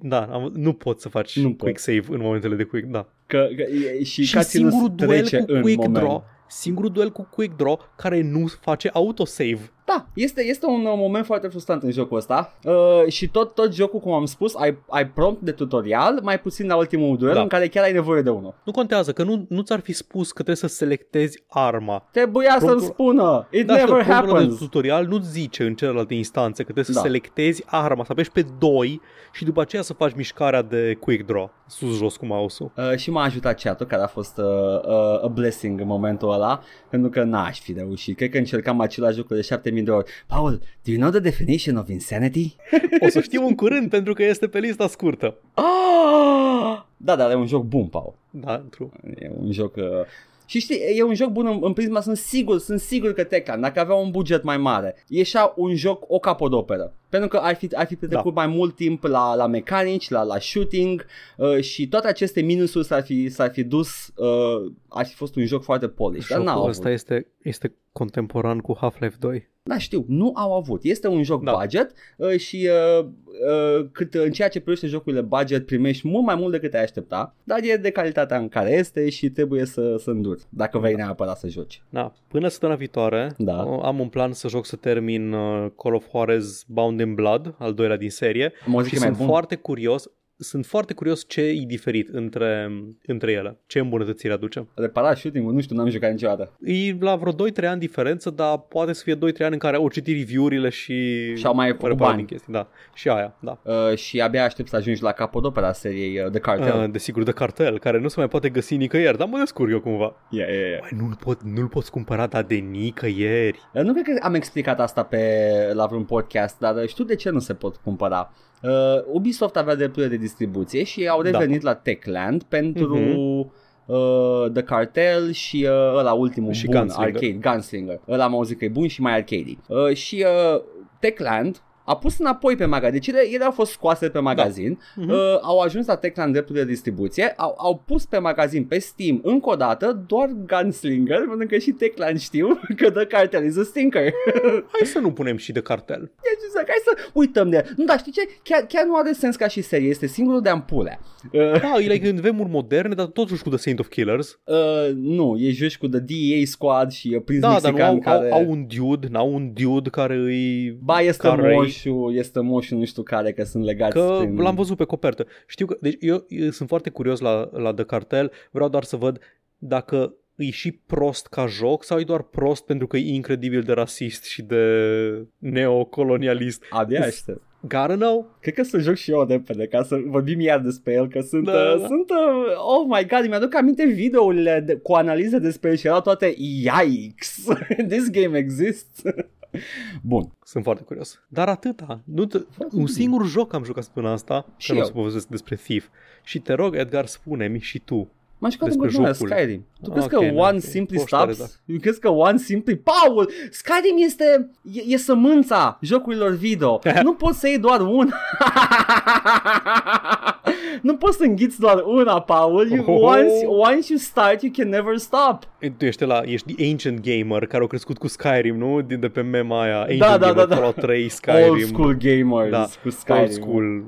S2: da, am, nu poți să faci nu quick pot. save în momentele de quick, da.
S1: Că, că, și, și singurul
S2: duel
S1: cu quick moment.
S2: draw singurul duel cu quick draw care nu face autosave.
S1: Da, este, este un uh, moment foarte frustrant în jocul ăsta uh, și tot, tot jocul, cum am spus, ai, ai prompt de tutorial, mai puțin la ultimul duel da. în care chiar ai nevoie de unul.
S2: Nu contează, că nu, nu ți-ar fi spus că trebuie să selectezi arma.
S1: Trebuia Promptul... să-mi spună, it da, never știu, happens.
S2: de tutorial nu zice în celelalte instanțe că trebuie da. să selectezi arma, să apeși pe 2 și după aceea să faci mișcarea de quick draw, sus-jos cu mouse-ul.
S1: Uh, și m-a ajutat chat care a fost uh, uh, a blessing în momentul ăla ăla pentru că n-aș fi reușit. Cred că încercam același lucru de 7000 de ori. Paul, do you know the definition of insanity?
S2: O să știm în curând pentru că este pe lista scurtă.
S1: Ah! Da, dar e un joc bun, Paul.
S2: Da, true.
S1: E un joc... Uh... Și știi, e un joc bun în, în prisma, sunt sigur, sunt sigur că Teclan, dacă avea un buget mai mare, ieșea un joc o capodoperă. Pentru că ar fi, ar fi petrecut da. mai mult timp la, la mecanici, la, la shooting uh, și toate aceste minusuri s-ar fi, s-ar fi dus, uh, ar fi fost un joc foarte polish.
S2: Jocul dar ăsta avut. este, este contemporan cu Half-Life 2.
S1: Da, știu, nu au avut. Este un joc da. budget uh, și uh, uh, cât în ceea ce privește jocurile budget primești mult mai mult decât ai aștepta, dar e de calitatea în care este și trebuie să, să înduri dacă vrei da. neapărat să joci.
S2: Da, până săptămâna viitoare da. am un plan să joc să termin uh, Call of Juarez Bound in Blood, al doilea din serie
S1: Mă
S2: și
S1: mai
S2: sunt
S1: bun.
S2: foarte curios sunt foarte curios ce e diferit între, între ele, ce îmbunătățire aduce.
S1: Repara shooting nu știu, n-am jucat niciodată.
S2: E la vreo 2-3 ani diferență, dar poate să fie 2-3 ani în care au citit review-urile și...
S1: Și au mai făcut bani.
S2: Chestii, da. Și aia, da.
S1: Uh, și abia aștept să ajungi la capodopera seriei uh, The Cartel.
S2: Uh, desigur, The Cartel, care nu se mai poate găsi nicăieri, dar mă descurc eu cumva.
S1: Yeah, yeah, yeah.
S2: Băi, nu-l, pot, nu-l poți cumpăra, dar de nicăieri.
S1: Uh, nu cred că am explicat asta pe, la vreun podcast, dar știu de ce nu se pot cumpăra. Uh, Ubisoft avea drepturile de distribuție și au revenit da. la Techland pentru uh-huh. uh, The Cartel și uh, ăla ultimul
S2: și
S1: bun,
S2: Gunslinger.
S1: Arcade, Gunslinger. Ăla am auzit că e bun și mai arcade uh, Și uh, Techland a pus înapoi pe magazin. Deci ele, ele au fost scoase pe magazin, da.
S2: Mhm.
S1: uh-huh. uh, au ajuns la Techland drepturile de distribuție, au, au pus pe magazin, pe Steam, încă o dată, doar Gunslinger, pentru că și Techland știu că The Cartel is a stinker.
S2: Hai să nu punem și The Cartel.
S1: Deci, hai să uităm de Nu, dar știi ce? Chiar, chiar nu are sens ca și serie, este singurul de ampule.
S2: Uh, da, e like în vremuri moderne, dar totuși cu The Saint of Killers.
S1: Uh, nu, e joci cu The DEA Squad și e prins
S2: da,
S1: mexican
S2: dar nu, au,
S1: care...
S2: au, au, un dude, n-au un dude care îi...
S1: Ba, este care moș moșu, este moșu nu știu care, că sunt legați.
S2: Că prin... l-am văzut pe copertă. Știu că, deci eu, eu sunt foarte curios la, la The Cartel, vreau doar să văd dacă îi și prost ca joc sau e doar prost pentru că e incredibil de rasist și de neocolonialist.
S1: Abia aștept.
S2: Gotta know.
S1: Cred că să joc și eu repede ca să vorbim iar despre el, că sunt, da, uh, da. sunt uh, oh my god, mi-aduc aminte videourile de, cu analize despre el și erau toate yikes, this game exists. Bun.
S2: Sunt foarte curios. Dar atâta. Nu te... Un singur joc am jucat până asta și că eu. nu o să povestesc despre Thief. Și te rog, Edgar, spune-mi și tu
S1: M-am jucat în continuare é Skyrim. Tu
S2: Ah,
S1: crezi okay, că One okay. Simply Stops? Da.
S2: tá.
S1: Tu crezi că One Simply... Paul! Skyrim este... E, e sămânța jocurilor video. nu poți să iei doar una. nu poți să înghiți doar una, Paul. You, oh. once, once you start, you can never stop.
S2: Tu ești la... Ești ancient gamer care au crescut cu Skyrim, nu? Din de pe mema aia. Ancient da, da, gamer, da, da. da. 3, Skyrim.
S1: Old school gamers da. cu Skyrim.
S2: Old school...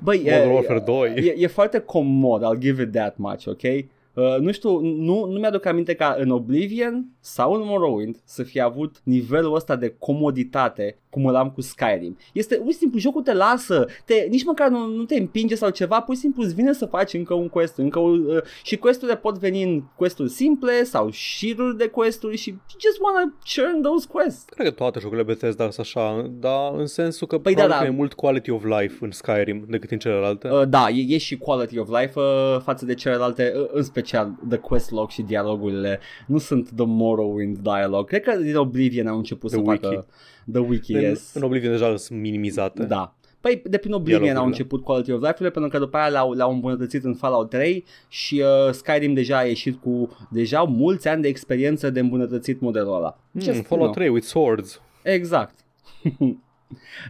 S2: Băi, Modern e, Warfare 2.
S1: E, e, foarte comod. I'll give it that much, ok? ok? Uh, nu știu, nu, nu mi-aduc aminte ca în Oblivion sau în Morrowind să fi avut nivelul ăsta de comoditate cum îl am cu Skyrim. Este, pur și simplu, jocul te lasă, te, nici măcar nu, nu te împinge sau ceva, pur și simplu îți vine să faci încă un quest. Încă un, uh, și questurile pot veni în questuri simple sau șiruri de questuri și you just wanna churn those quests.
S2: Cred că toate jocurile Bethesda sunt așa, dar în sensul că păi da, da. e mult quality of life în Skyrim decât în celelalte.
S1: Uh, da, e, e și quality of life uh, față de celelalte, uh, în special the quest log și dialogurile. Nu sunt the Morrowind dialog. Cred că din Oblivion au început the să wiki. facă the wiki
S2: în, yes. în Oblivion deja sunt minimizate.
S1: Da. Păi de prin Oblivion au început Quality of Life-urile pentru că după aia le-au, le-au îmbunătățit în Fallout 3 și uh, Skyrim deja a ieșit cu deja mulți ani de experiență de îmbunătățit modelul ăla.
S2: Mm, Just, Fallout 3 with swords.
S1: Exact.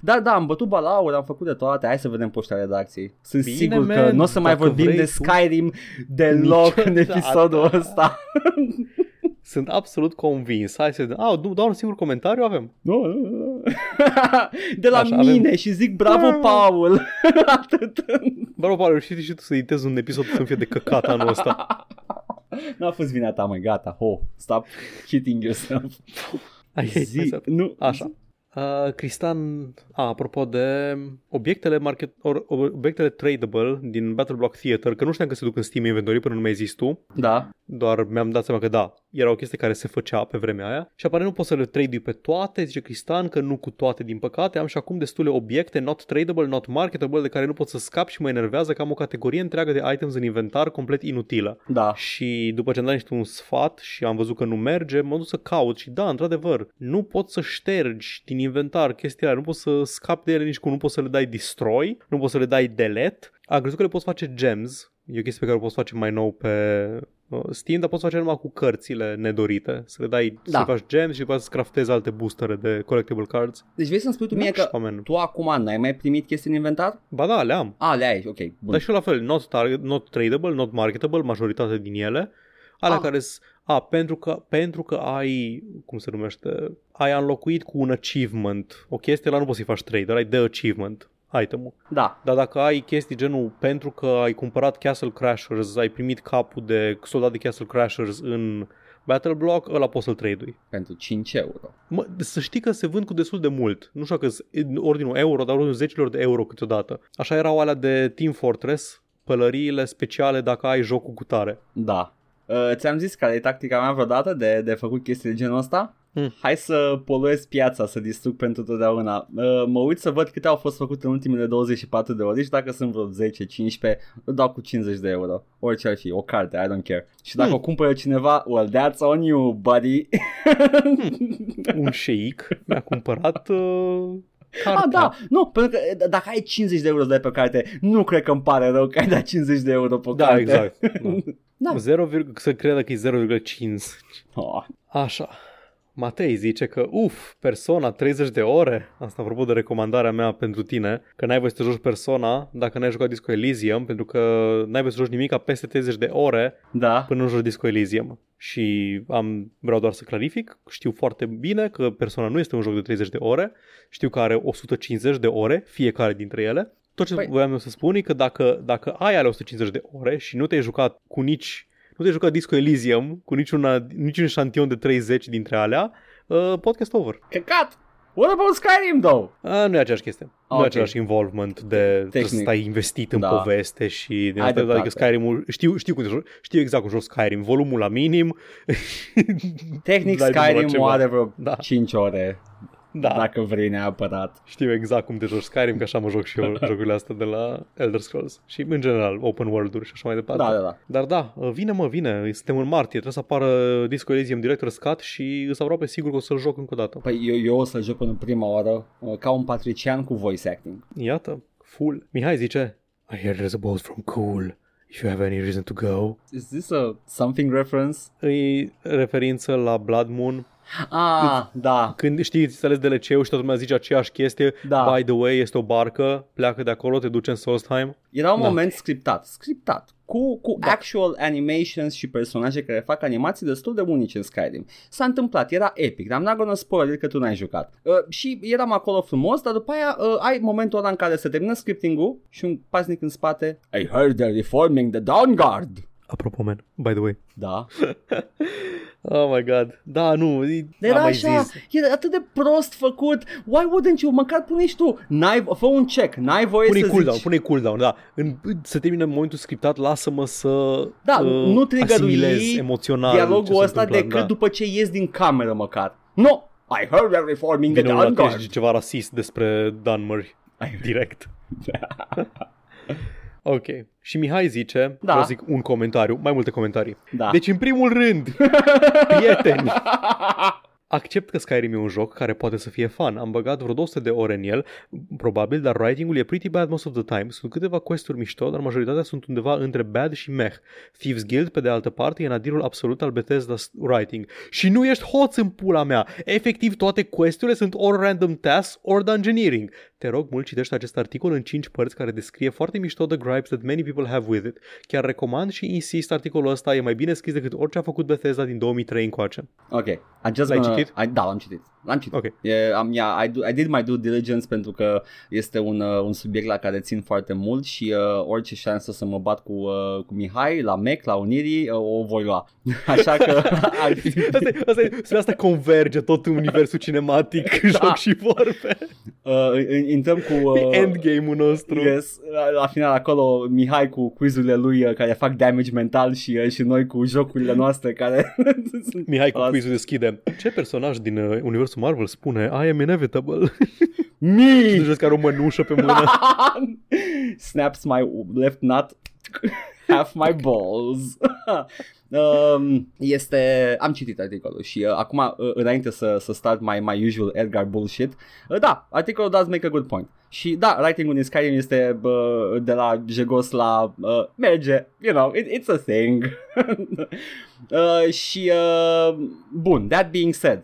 S1: Da, da, am bătut balauri, am făcut de toate, hai să vedem poșta redacției. Sunt Bine, sigur man, că nu o să mai vorbim de Skyrim tu... deloc Niciodată. în episodul ăsta.
S2: Sunt absolut convins. Hai să... A, ah, doar un singur comentariu avem.
S1: Nu, nu, nu. De la Așa, mine avem... Ah." și zic bravo, Paul. Atât.
S2: Bravo, Paul, reușit și tu să editezi un episod să fie de căcat anul ăsta.
S1: N-a fost vina ta, mai gata, ho, stop hitting yourself.
S2: Hai, Zi, hai să... nu, Așa. Uh, Cristian, a, apropo de obiectele, market, or, obiectele tradable din Battle Block Theater, că nu știam că se duc în Steam inventory până nu mi-ai zis tu.
S1: Da.
S2: Doar mi-am dat seama că da, era o chestie care se făcea pe vremea aia și apare nu poți să le tradui pe toate, zice Cristian că nu cu toate din păcate, am și acum destule obiecte not tradable, not marketable de care nu pot să scap și mă enervează că am o categorie întreagă de items în inventar complet inutilă.
S1: Da.
S2: Și după ce am dat niște un sfat și am văzut că nu merge, m-am dus să caut și da, într-adevăr, nu pot să ștergi din inventar chestiile nu poți să scapi de ele nici cum, nu poți să le dai destroy, nu poți să le dai delete. Am crezut că le poți face gems, e o chestie pe care o poți face mai nou pe uh, Steam, dar poți face numai cu cărțile nedorite, să le dai, da. să faci gems și după să craftezi alte boostere de collectible cards.
S1: Deci vrei să-mi spui tu mie că amen. tu acum n-ai mai primit chestii în inventar?
S2: Ba da, le-am.
S1: A, le ai, ok. Bun.
S2: Dar și la fel, not, target, not tradable, not marketable, majoritatea din ele, alea ah. care sunt a, pentru că, pentru că ai, cum se numește, ai înlocuit cu un achievement o chestie, la nu poți să-i faci trade, dar ai de achievement itemul.
S1: Da.
S2: Dar dacă ai chestii genul pentru că ai cumpărat Castle Crashers, ai primit capul de soldat de Castle Crashers în Battle Block, ăla poți să-l tradui.
S1: Pentru 5 euro.
S2: Mă, să știi că se vând cu destul de mult. Nu știu că ordinul euro, dar ordinul zecilor de euro câteodată. Așa erau alea de Team Fortress, pălăriile speciale dacă ai jocul cu tare.
S1: Da. Uh, ți-am zis care e tactica mea vreodată de, de făcut chestii de genul ăsta?
S2: Hmm.
S1: Mm. Hai să poluez piața, să distrug pentru totdeauna. Uh, mă uit să văd câte au fost făcute în ultimele 24 de ore și dacă sunt vreo 10, 15, îl dau cu 50 de euro. Orice ar fi, o carte, I don't care. Și dacă mm.
S2: Hmm.
S1: o cumpără cineva, well, that's on you, buddy.
S2: Un șeic mi-a cumpărat... Uh...
S1: Cartea. Ah, da, nu, pentru că dacă ai 50 de euro de pe carte, nu cred că îmi pare rău că ai dat 50 de euro pe
S2: da,
S1: carte.
S2: Exact, da, exact. Da. 0, să credă că e 0,5.
S1: Oh.
S2: Așa. Matei zice că, uf, Persona 30 de ore, asta apropo de recomandarea mea pentru tine, că n-ai voie să joci Persona dacă n-ai jucat Disco Elysium, pentru că n-ai voie să joci nimic peste 30 de ore
S1: da.
S2: până nu joci Disco Elysium. Și am, vreau doar să clarific, știu foarte bine că Persona nu este un joc de 30 de ore, știu că are 150 de ore, fiecare dintre ele. Tot ce păi... voiam eu să spun e că dacă, dacă ai ale 150 de ore și nu te-ai jucat cu nici nu te-ai jucat Disco Elysium cu niciuna, niciun șantion de 30 dintre alea, uh, podcast over.
S1: Căcat! What about Skyrim, though?
S2: A, nu e aceeași chestie. Nu
S1: Ok.
S2: e același involvement de trebuie să
S1: Tehnic.
S2: stai investit în
S1: Da.
S2: poveste și din
S1: Ai
S2: asta, adică
S1: dreptate.
S2: Skyrim-ul, știu, știu, cum, se- știu exact cum joc Skyrim, volumul la minim.
S1: Tehnic
S2: Dai numai
S1: Skyrim
S2: ceva.
S1: o are vreo
S2: Da.
S1: 5 ore,
S2: Da, Dacă...
S1: dacă vrei neapărat.
S2: știu exact cum te joci Skyrim, că așa mă joc și eu jocurile astea de la Elder Scrolls și în general open world-uri și așa mai departe.
S1: Da, da, da.
S2: Dar da, vine mă, vine, suntem în martie, trebuie să apară Disco Elysium Director's Cut și sunt aproape sigur că o să-l joc încă o dată.
S1: Păi eu, eu o să joc până prima oară uh, ca un patrician cu voice acting.
S2: Iată, full. Mihai zice, I hear there's a boat from Cool. If you have any reason to go.
S1: Is this a something reference?
S2: E referință la Blood Moon.
S1: Ah, da.
S2: Când știi, îți ales DLC-ul și toată lumea zice aceeași chestie.
S1: Da.
S2: By the way, este o barcă, pleacă de acolo, te duce în Solstheim.
S1: Era un
S2: Da.
S1: moment scriptat, scriptat, cu, cu da. actual animations și personaje care fac animații destul de unice în Skyrim. S-a întâmplat, era epic, dar n-am gonna spoil it că tu n-ai jucat. Uh, și eram acolo frumos, dar după aia uh, ai momentul ăla în care se termină scripting-ul și un paznic în spate. I heard they're reforming the Dawn Guard.
S2: Apropo, man, by the way.
S1: Da.
S2: Oh my god. Da, nu, e-
S1: Era
S2: am mai
S1: așa,
S2: zis.
S1: era atât de prost făcut. Why wouldn't you? Măcar pune și tu. N-ai, fă un check, n-ai voie
S2: Pune
S1: să
S2: cooldown,
S1: zici.
S2: pune cooldown, da. În, se termină în momentul scriptat, lasă-mă să
S1: Da, nu triggerui
S2: asimilez emoțional ce
S1: dialogul
S2: se
S1: ăsta
S2: întâmplă, da.
S1: decât după ce ies din cameră măcar. No! I heard they're reforming the
S2: Vine unul
S1: Dawn
S2: la tine și
S1: Guard.
S2: zice ceva rasist despre Dan Murray.
S1: Ai-
S2: Direct. ok. Și Mihai zice,
S1: Da.
S2: da. eu zic un comentariu, mai multe comentarii.
S1: Da.
S2: Deci, în primul rând, prieteni, accept că Skyrim e un joc care poate să fie fun. Am băgat vreo 200 de ore în el, probabil, dar writing-ul e pretty bad most of the time. Sunt câteva quest-uri mișto, dar majoritatea sunt undeva între bad și meh. Thieves Guild, pe de altă parte, e nadirul absolut al Bethesda writing. Și nu ești hoț în pula mea! Efectiv, toate quest-urile sunt ori random tasks, ori dungeoneering. Te rog mult, citește acest articol în 5 părți care descrie foarte mișto the gripes that many people have with it. Chiar recomand și insist, articolul ăsta e mai bine scris decât orice a făcut Bethesda din 2003 încoace.
S1: Ok. I just
S2: L-ai
S1: gonna...
S2: citit?
S1: I, da, l-am citit. L-am citit.
S2: Ok.
S1: E, am, yeah, I, do, I did my due diligence pentru că este un, uh, un subiect la care țin foarte mult și uh, orice șansă să mă bat cu, uh, cu Mihai, la Mac, la Unirii, uh, o voi lua. Așa că...
S2: asta, e- asta, e- spre asta converge tot universul cinematic, da. joc și vorbe.
S1: uh, intrăm cu...
S2: Uh,
S1: Uh,
S2: Endgame-ul nostru.
S1: Yes, la, la final acolo Mihai cu quizurile lui uh, care fac damage mental și, uh, și noi cu jocurile noastre care sunt...
S2: Mihai cu
S1: Asta.
S2: quizul deschide. Ce personaj din uh, universul Marvel spune I am inevitable?
S1: Mi!
S2: Deci vezi că are o mănușă pe mână.
S1: Snaps my left nut half my balls. Um, este, am citit articolul și uh, acum uh, înainte să, să start my, my usual Edgar bullshit, uh, da, articolul does make a good point. Și da, writing-ul din Skyrim este uh, de la jegos la uh, merge, you know, it, it's a thing. uh, și uh, bun, that being said,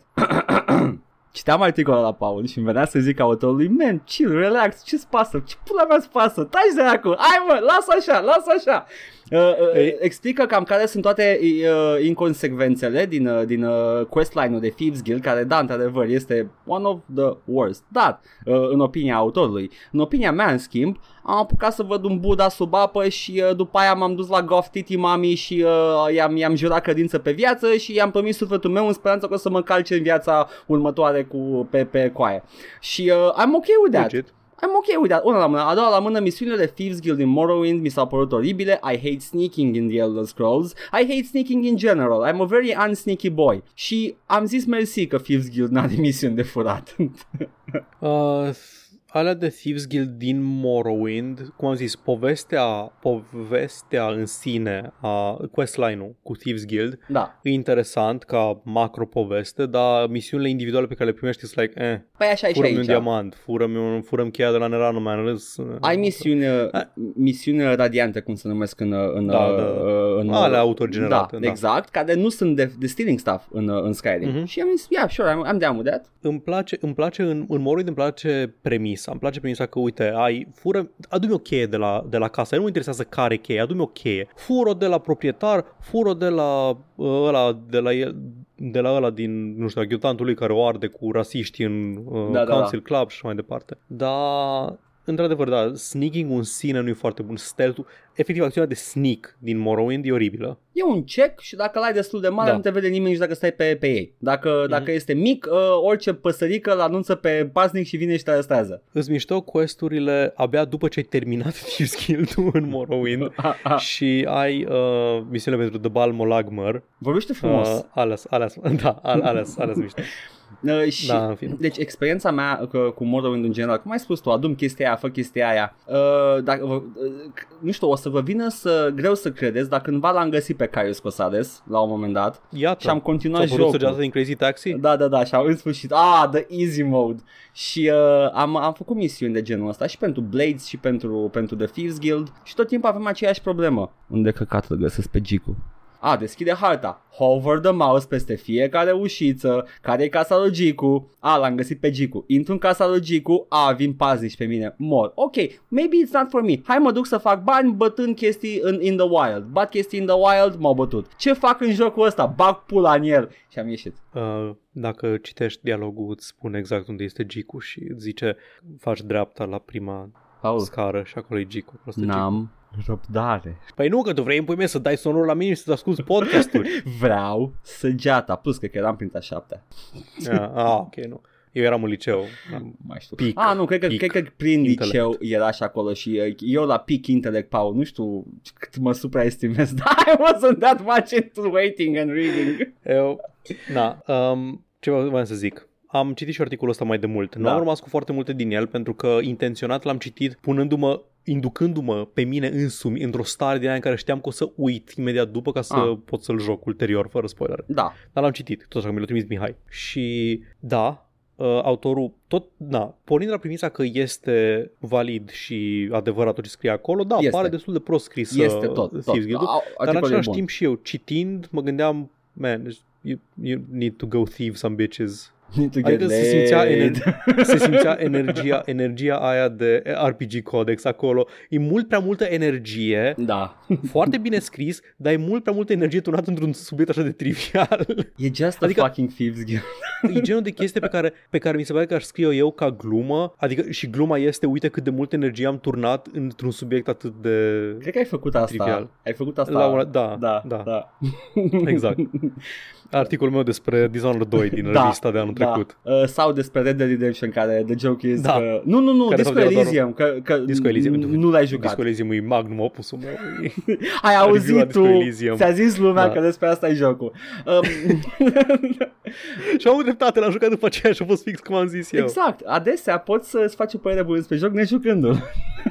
S1: Citeam articolul la Paul și îmi venea să zic autorului Man, chill, relax, ce-ți pasă? Ce pula mea-ți pasă? Taci de acolo, hai mă, lasă așa, lasă așa Uh, uh,
S2: Ei.
S1: explică cam care sunt toate uh, inconsecvențele din, uh, din uh, questline-ul de Thieves Guild, care, da, într-adevăr, este one of the worst, dar, uh, în opinia autorului. În opinia mea, în schimb, am apucat să văd un Buddha sub apă și uh, după aia m-am dus la Goff Titi Mami și uh, i-am, i-am jurat credință pe viață și i-am promis sufletul meu în speranța că o să mă calce în viața următoare cu, pe, pe coaie. Și uh, I'm okay with that.
S2: Legit.
S1: I'm ok with that. Una la mână, a doua la mână, misiunile de Thieves Guild din Morrowind mi s-au părut oribile. I hate sneaking in The Elder Scrolls. I hate sneaking in general. I'm a very unsneaky boy. Și am zis mersi că Thieves Guild n-a de misiuni de furat.
S2: Uh, alea de Thieves Guild din Morrowind, cum am zis, povestea, povestea în sine a questline-ul cu Thieves Guild
S1: da.
S2: e interesant ca macro poveste, dar misiunile individuale pe care le primești sunt like, eh,
S1: Păi așa e și
S2: furăm un
S1: aici.
S2: diamant, furăm un furăm cheia de la Neranu, mai ales.
S1: Ai misiune,
S2: A-
S1: misiune radiante, cum se numesc în, în,
S2: Da, da, da.
S1: uh, în
S2: Alea autogenerate, da.
S1: exact, care nu sunt de, de stealing stuff în, în Skyrim.
S2: Mhm.
S1: Și am zis, yeah, sure, I'm, I'm down with that.
S2: Îmi place, îmi place în, în Morrowind îmi place premisa. Îmi place premisa că, uite, ai, fură, adu-mi o cheie de la, de la casă. Nu mă interesează care cheie, adu-mi o cheie. Fură de la proprietar, fură de la uh, ăla, de la el, de la ăla din, nu știu, adjutantul lui care o arde cu rasiști în uh,
S1: Da,
S2: da,
S1: da,
S2: Council Club și mai departe. Dar într-adevăr, da, sneaking un sine nu e foarte bun. stealth efectiv, acțiunea de sneak din Morrowind e oribilă.
S1: E un check și dacă l-ai destul de mare,
S2: Da. Mhm.
S1: nu te vede nimeni nici dacă stai pe, pe ei. Dacă, dacă este mic, uh, orice păsărică îl anunță pe paznic și vine și te arestează.
S2: Îți mișto quest-urile abia după ce ai terminat Thieves Guild-ul în Morrowind
S1: A, a,
S2: și ai uh, misiunea pentru The Bal Molagmer.
S1: vorbește frumos.
S2: Uh, ales, ales, da, al- ales, ales mișto.
S1: Uh, și,
S2: Da, în fine.
S1: Deci experiența mea că, cu Morrowind în general, cum ai spus tu, adum chestia aia, fă chestia aia, uh, dacă, vă, uh, nu știu, o să vă vină să, greu să credeți, dar cândva l-am găsit pe Caius Cosades la un moment dat
S2: Iată.
S1: și am continuat
S2: Da. S-a părut
S1: jocul.
S2: săgeata din Crazy Taxi?
S1: Da, da, da, și am în sfârșit, ah, the easy mode. Și uh, am, am făcut misiuni de genul ăsta și pentru Blades și pentru, pentru The Thieves Guild și tot timpul avem aceeași problemă. Unde căcat îl găsesc pe Gicu? A, deschide harta. Hover the mouse peste fiecare ușiță. Care e casa lui Gicu? A, l-am găsit pe Gicu. Intru în casa lui Gicu. A, vin paznici pe mine. Mor. Ok, maybe it's not for me. Hai mă duc să fac bani bătând chestii în in the wild. Bat chestii in the wild, m-au bătut. Ce fac în jocul ăsta? Bag pula în el. Și am ieșit.
S2: Uh, dacă citești dialogul, îți spune exact unde este Gicu și îți zice faci dreapta la prima
S1: Paul,
S2: scară și acolo e Gicu. Prostă Gicu.
S1: N-am răbdare.
S2: Păi nu că tu vrei în pui mei să dai sonorul la mine și să asculti podcasturi.
S1: Vreau săgeata, plus că eram printre a șaptea.
S2: ah, ah, ok, nu. Eu eram în liceu. da. Am-
S1: Mai știu.
S2: Pic,
S1: a, nu, cred că,
S2: pic,
S1: cred că prin
S2: intelect.
S1: liceu era și acolo și uh, eu la pic intellect, Paul, nu știu cât mă supraestimez, dar I wasn't that much into waiting and reading.
S2: Eu... Na, um, ce vreau să zic? Am citit și articolul ăsta mai de mult. Nu
S1: Da.
S2: am rămas cu foarte multe din el pentru că intenționat l-am citit punându-mă inducându-mă pe mine însumi într-o stare din aia în care știam că o să uit imediat după ca să
S1: Ah.
S2: pot să-l joc ulterior, fără spoilere.
S1: Da,
S2: Dar l-am citit, tot așa, mi l-a trimis Mihai. Și da, uh, autorul, tot, da, pornind de la premisa că este valid și adevărat tot ce scrie acolo, da,
S1: Este.
S2: pare destul de prost scris
S1: este
S2: uh,
S1: tot, tot. da.
S2: Thieves Guild-ul.
S1: Au-
S2: Dar în
S1: articolul e
S2: același
S1: bun.
S2: timp și eu, citind, mă gândeam, man, deci you, you need to go thieve some bitches.
S1: Need to get
S2: Adică se simțea,
S1: laid.
S2: ener- se simțea energia, energia aia de RPG Codex acolo. E mult prea multă energie,
S1: Da.
S2: foarte bine scris, dar e mult prea multă energie tunată într-un subiect așa de trivial.
S1: E just a
S2: Adică-
S1: fucking thieves guild.
S2: E genul de chestie pe care, pe care mi se pare că aș scrie eu ca glumă, adică și gluma este, uite cât de multă energie am turnat într-un subiect atât de...
S1: Cred că ai făcut asta.
S2: Trivial.
S1: Ai făcut asta.
S2: La una, da,
S1: da,
S2: da, da,
S1: da.
S2: exact. Articolul meu despre Dishonored 2 din
S1: Da,
S2: revista de anul
S1: da.
S2: trecut.
S1: Uh, sau despre Red Dead Redemption care the joke is
S2: Da.
S1: că... Nu, nu, nu,
S2: Care
S1: Disco
S2: sau de la
S1: Elysium că, că
S2: Disco Elysium,
S1: n-
S2: uite,
S1: nu l-ai jucat
S2: Disco Elysium e magnum opusul meu.
S1: Ai auzit
S2: Disco
S1: tu,
S2: Elysium.
S1: ți-a zis lumea
S2: Da.
S1: că despre asta e jocul um,
S2: și am avut dreptate, l-am jucat după aceea și a fost fix cum am zis eu.
S1: Exact, adesea poți să-ți faci o părere bună despre joc nejucându-l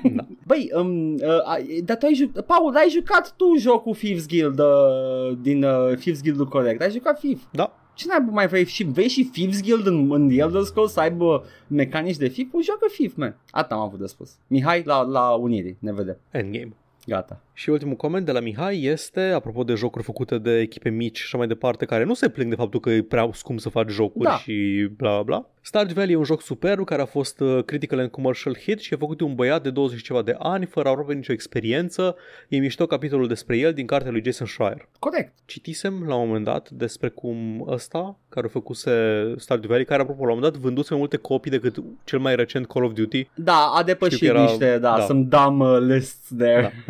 S2: Da.
S1: Băi, um, uh, ai- dar tu ai jucat Paul, ai jucat tu jocul Thieves Guild uh, din uh, Thieves Guild-ul corect Ai jucat Thief
S2: Da.
S1: Ce n mai vrei? Și vrei și Thieves Guild în, în The Elder Scrolls să aibă mecanici de Thief? Păi joacă Thief, man. Asta am avut de spus. Mihai, la, la Unirii. Ne vedem.
S2: Endgame.
S1: Gata.
S2: Și ultimul coment de la Mihai este, apropo de jocuri făcute de echipe mici și așa mai departe, care nu se plâng de faptul că e prea scump să faci jocuri
S1: Da.
S2: și bla bla. Stardew Valley e un joc superb care a fost uh, critical and commercial hit și e făcut de un băiat de 20 și ceva de ani, fără aproape nicio experiență. E mișto capitolul despre el din cartea lui Jason Schreier.
S1: Corect.
S2: Citisem la un moment dat despre cum ăsta, care făcuse Stardew Valley, care apropo la un moment dat vânduse mai multe copii decât cel mai recent Call of Duty,
S1: Da, a depășit
S2: Știu că era-
S1: niște, da,
S2: da.
S1: some dumb uh, lists there.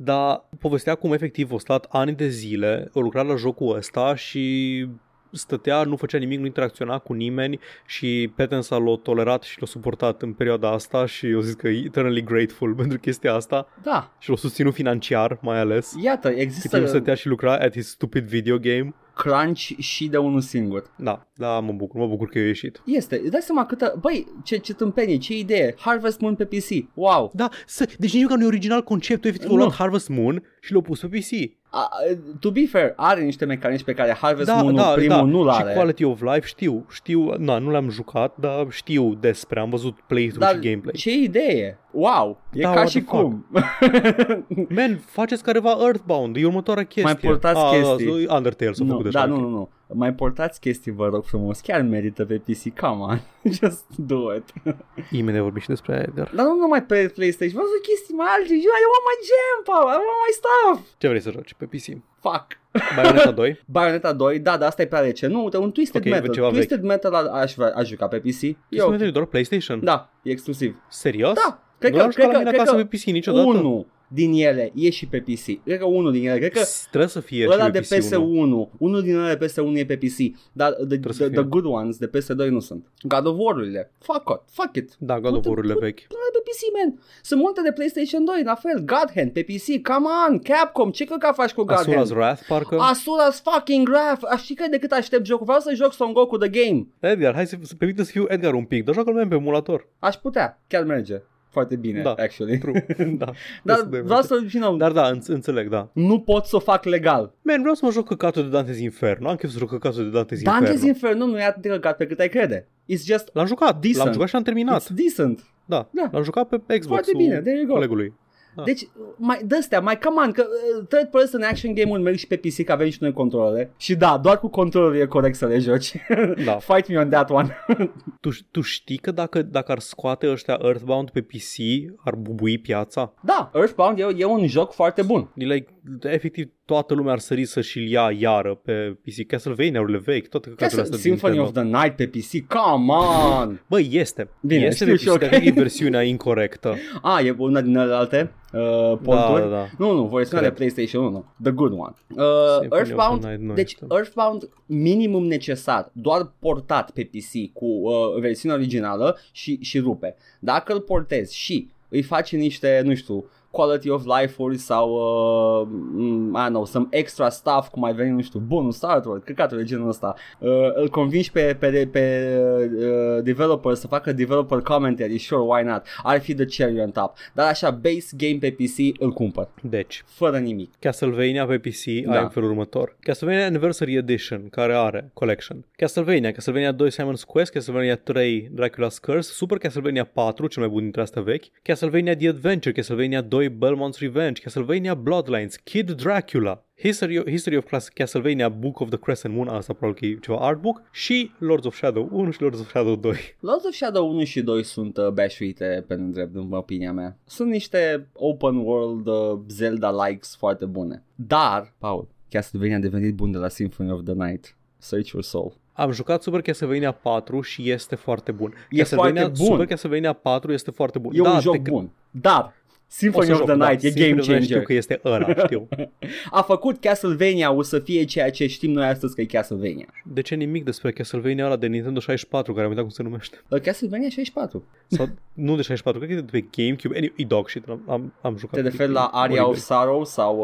S2: Dar povestea cum efectiv o stat ani de zile, o lucra la jocul ăsta și stătea, nu făcea nimic, nu interacționa cu nimeni și Patents l-a tolerat și l-a suportat în perioada asta și eu zic că e eternally grateful pentru chestia asta
S1: Da. da.
S2: și l-a susținut financiar mai ales.
S1: Iată,
S2: Cât timp
S1: există
S2: stătea și lucra at his stupid video game.
S1: crunch și de unul singur.
S2: Da, da, mă bucur, mă bucur că eu ieșit.
S1: Este, îți dai seama câtă, băi, ce, ce tâmpenie, ce idee, Harvest Moon pe PC, wow.
S2: Da, să, deci nici nu că nu e original conceptul, efectiv, au
S1: Nu.
S2: luat Harvest Moon și l-au pus pe PC.
S1: A, to be fair, are niște mecanici pe care Harvest Moon primul nu l-are.
S2: Da, Și quality of life știu, știu, na, nu l-am jucat, dar știu despre, am văzut playthrough
S1: Dar
S2: și gameplay.
S1: ce idee, wow, e
S2: Da,
S1: ca
S2: what
S1: și
S2: the fuck.
S1: cum.
S2: Man, faceți careva Earthbound, e următoarea chestie.
S1: portați
S2: Ah,
S1: chestii.
S2: Da, Undertale s-a
S1: Nu,
S2: făcut
S1: da,
S2: așa.
S1: nu, nu, nu. Mai portați chestii, vă rog frumos. Chiar merită pe PC, come on. Just do it.
S2: Imediat vorbim și despre aia, Edgar.
S1: Dar nu numai pe PlayStation. Vreau să chestii mai alte. I want my jam, pal. I want my stuff.
S2: Ce vrei să joci pe PC?
S1: Fuck.
S2: Bayonetta 2?
S1: Bayonetta 2, da, dar asta e prea rece. Nu, uite, un Twisted
S2: Ok,
S1: Metal.
S2: ceva
S1: Twisted Metal a- aș, vrea- aș juca pe PC.
S2: Eu.
S1: Eu.
S2: Sunt doar PlayStation?
S1: Da, e exclusiv.
S2: Serios?
S1: Da,
S2: Cred nu că, cred că, la mine
S1: cred
S2: acasă
S1: că
S2: pe PC niciodată.
S1: unul din ele e și pe PC. Cred că unul din ele, cred că
S2: Psst, Trebuie să fie
S1: ăla
S2: și
S1: de
S2: pe PC unul.
S1: PS1, unul din ăla de PS1 e pe PC, dar the,
S2: să
S1: the, the
S2: fie.
S1: good ones de PS2 nu sunt. God of War-urile, fuck it, fuck it,
S2: Da, God of
S1: Put-
S2: War-urile
S1: put-
S2: vechi.
S1: Pune pe PC, man. Sunt multe de PlayStation 2, la fel. Godhand pe PC, come on, Capcom, ce căcat faci cu
S2: Asura's
S1: Godhand?
S2: Wrath, parcă.
S1: Ah, Asura's fucking Wrath. Aș ști că de cât aștept jocul. Vreau să joc Son Goku The Game.
S2: Edgar, hai să, să permite să fiu Edgar un pic, dar joacă lumea pe emulator.
S1: Aș putea. Chiar merge. Foarte bine,
S2: Da.
S1: actually.
S2: True. da.
S1: Dar
S2: Destul de
S1: vreau
S2: mult.
S1: să, you know,
S2: Dar da, înț- înțeleg, da.
S1: nu pot să o fac legal.
S2: Man, vreau să mă joc căcatul de Dante's Inferno. Am chef să joc căcatul de Dante's Inferno.
S1: Dante's Inferno nu e atât de căcat pe cât ai crede. It's just,
S2: L-am jucat,
S1: Decent.
S2: l-am jucat și am terminat.
S1: it's decent.
S2: Da,
S1: Da.
S2: l-am jucat pe
S1: Foarte
S2: Xbox-ul
S1: bine, there you go.
S2: colegului. Da.
S1: Deci, mai, dăstea, mai come on, că uh, third person action game-ul merg și pe PC, că avem și noi controlele. Și da, doar cu controlul e corect să le joci.
S2: Da.
S1: Fight me on that one.
S2: Tu, tu știi că dacă, dacă ar scoate ăștia Earthbound pe PC, ar bubui piața?
S1: Da, Earthbound e, e un joc foarte bun.
S2: Like, efectiv, toată lumea ar sări să-și-l ia iară pe PC. Castlevania-urile vechi, toate căcaturile
S1: Castle,
S2: astea
S1: Symphony
S2: din
S1: of the Night pe PC, come on!
S2: Bă, este.
S1: Bine, știu
S2: este pe
S1: și
S2: PC,
S1: eu
S2: dar
S1: că-
S2: adică e versiunea incorrectă.
S1: A, Ah, e una din alte uh,
S2: da,
S1: ponturi.
S2: da, da.
S1: Nu, nu, versiunea de
S2: Corect.
S1: PlayStation 1, the good one. Uh,
S2: Symphony of the
S1: Earthbound,
S2: Night, nu
S1: deci
S2: știu.
S1: Earthbound minimum necesar, doar portat pe PC cu uh, versiunea originală și, și rupe. Dacă îl portezi și îi faci niște, nu știu, quality of life-uri sau, uh, mm, I don't know, some extra stuff, cum mai veni, nu știu, bonus artwork, căcatul de genul ăsta. Uh, îl convingi pe, pe, pe uh, developer să facă developer commentary, sure, why not? Ar fi the cherry on top. Dar așa, base game pe PC îl cumpăr
S2: Deci,
S1: fără nimic.
S2: Castlevania pe PC
S1: Da.
S2: da. ai în felul următor. Castlevania Anniversary Edition, care are collection. Castlevania, Castlevania 2 Simon's Quest, Castlevania 3 Dracula's Curse, Super Castlevania 4, cel mai bun dintre astea vechi, Castlevania The Adventure, Castlevania 2 Belmont's Revenge, Castlevania Bloodlines, Kid Dracula, History, History of Class- Castlevania Book of the Crescent Moon, asta probabil că e ceva artbook, și Lords of Shadow 1 și Lords of Shadow 2.
S1: Lords of Shadow 1 și 2 sunt uh, bașuite pe drept, în opinia mea. Sunt niște open world uh, Zelda-likes foarte bune. Dar, Paul, Castlevania a devenit bun de la Symphony of the Night. Search your soul.
S2: Am jucat Super Castlevania 4 și este foarte bun.
S1: E
S2: Castlevania-
S1: foarte bun.
S2: Super Castlevania 4 este foarte bun.
S1: E da, un
S2: te
S1: joc
S2: cre-
S1: bun. Dar,
S2: O
S1: Symphony
S2: să
S1: of
S2: joc,
S1: the
S2: da.
S1: Night e
S2: Symphony
S1: game
S2: of the Night Știu
S1: changer.
S2: că este ăla, știu.
S1: A făcut Castlevania o să fie ceea ce știm noi astăzi că e Castlevania.
S2: De ce nimic despre Castlevania ăla de Nintendo 64, care am uitat cum se numește?
S1: Uh, Castlevania 64.
S2: Sau, nu de 64, cred că e de pe GameCube. Anyway, e dog shit, am, am, am jucat.
S1: Te referi
S2: E-
S1: la
S2: e
S1: Aria of
S2: oribil.
S1: Sorrow sau...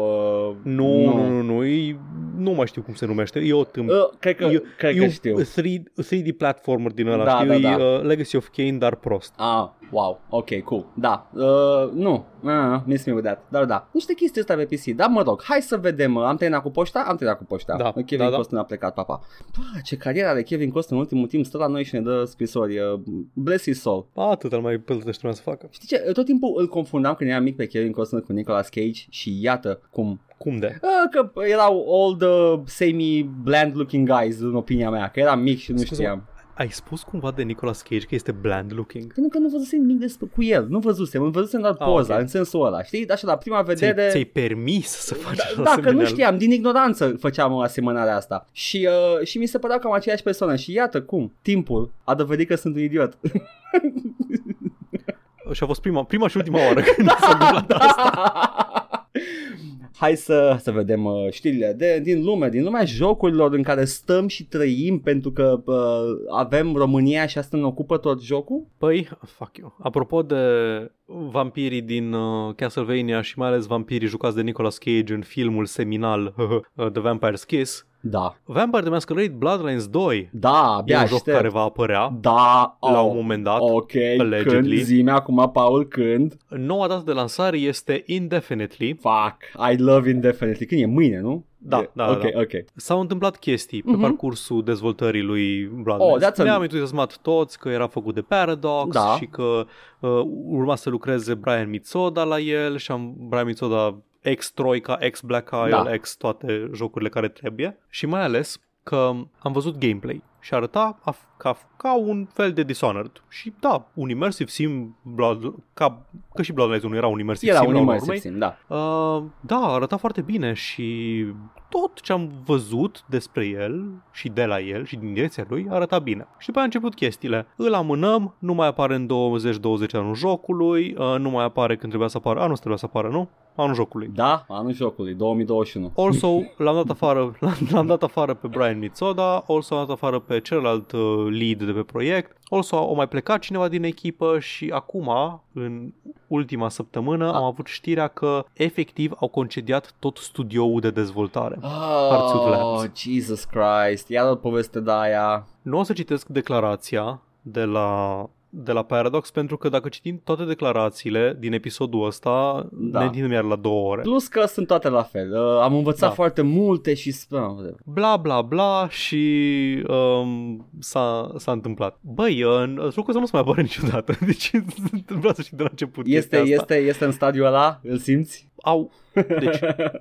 S1: Uh,
S2: Nu, nu, nu, nu, e, nu mai știu cum se numește. E o tâmpă.
S1: Uh, cred că,
S2: Eu-
S1: cred
S2: e
S1: că
S2: un
S1: știu.
S2: 3, 3D platformer din ăla,
S1: Da,
S2: știi?
S1: da,
S2: E,
S1: da.
S2: uh, Legacy of Kane, dar prost.
S1: Ah, wow, ok, cool, da, uh, nu, uh, miss me with that, dar da, niște chestii astea pe PC, dar mă rog, hai să vedem, mă. am terminat cu poșta, am terminat cu poșta, Uh,
S2: Da,
S1: Kevin
S2: da, da.
S1: Costner a plecat, papa, Bă, ce carieră are Kevin Costner în ultimul timp, stă la noi și ne dă scrisori, uh, bless his soul.
S2: Atât îl mai plătește lumea să facă.
S1: Știi ce, tot timpul îl confundam când eram mic pe Kevin Costner cu Nicolas Cage și iată cum,
S2: Cum de?
S1: uh, că erau all the semi-bland looking guys în opinia mea, că eram mic și nu
S2: Scuze-mă.
S1: știam.
S2: Ai spus cumva de Nicolas Cage că este bland looking?
S1: Pentru că nu văzusem nimic despre cu el, nu văzusem, îl văzusem doar
S2: Ah,
S1: poza,
S2: ok.
S1: în sensul ăla, știi? Așa, la prima
S2: Ți-ai,
S1: vedere...
S2: ți-ai permis să faci
S1: Da-
S2: așa
S1: Dacă nu
S2: asemenea-
S1: știam, din ignoranță făceam o asemănarea asta și, uh, și mi se părea cam aceeași persoană și iată cum, timpul a dovedit că sunt un idiot.
S2: Și a fost prima, prima și ultima oară când s-a întâmplat
S1: Da. Hai să, să vedem uh, știrile de, din lume, din lumea jocurilor în care stăm și trăim pentru că uh, avem România și asta ne ocupă tot jocul.
S2: Păi, fuck eu. Apropo de vampirii din uh, Castlevania și mai ales vampirii jucați de Nicolas Cage în filmul seminal uh, The Vampire's Kiss,
S1: Da,
S2: Vampire the Masquerade Bloodlines 2
S1: da, abia
S2: e un joc
S1: aștept.
S2: care va apărea
S1: Da,
S2: la
S1: oh,
S2: un moment dat.
S1: ok, când,
S2: allegedly.
S1: zi acum, Paul, când?
S2: Noua dată de lansare este Indefinitely.
S1: Fuck, I love indefinitely. Când e mâine, nu?
S2: Da,
S1: E-
S2: da, da,
S1: Ok,
S2: da.
S1: ok.
S2: S-au întâmplat chestii pe
S1: Mhm.
S2: parcursul dezvoltării lui Bloodlines.
S1: Oh, that's a-
S2: Ne-am entuziasmat toți că era făcut de Paradox
S1: Da.
S2: și că uh, urma să lucreze Brian Mitsoda la el și am Brian Mitsoda ex-Troica, ex-Black Isle,
S1: Da.
S2: ex toate jocurile care trebuie și mai ales că am văzut gameplay și arăta a ca, ca un fel de Dishonored. Și da, un immersive sim, Blood, ca, că și Bloodlines 1 era un immersive
S1: Era
S2: sim.
S1: un
S2: la urma
S1: immersive
S2: urmei.
S1: sim, da.
S2: Uh, da, arăta foarte bine și tot ce am văzut despre el și de la el și din direcția lui arăta bine. Și după aia a început chestiile. Îl amânăm, nu mai apare în 2020 anul jocului, uh, nu mai apare când trebuia să apară, anul trebuia să apară, nu? Anul jocului.
S1: Da, anul jocului, 2021.
S2: Also, l-am dat afară, l-am, l-am dat afară pe Brian Mitsoda, also l-am dat afară pe celălalt uh, lead de pe proiect, also au mai plecat cineva din echipă și acum, în ultima săptămână, am avut știrea că efectiv au concediat tot studioul de dezvoltare. Hardsuit
S1: Oh,
S2: Labs.
S1: Jesus Christ, iar o poveste de aia.
S2: Nu o să citesc declarația de la de la Paradox pentru că dacă citim toate declarațiile din episodul ăsta
S1: Da.
S2: da. ne întindem iar la două ore.
S1: Plus că sunt toate la fel. Uh, am învățat
S2: Da.
S1: foarte multe și sperăm.
S2: bla bla bla și um, s-a, s-a întâmplat. Băi, uh, trucul ăsta nu se mai apare niciodată, deci vreau să știi de la început
S1: Este,
S2: chestia asta.
S1: este, este în stadiul ăla, îl simți?
S2: Au, deci,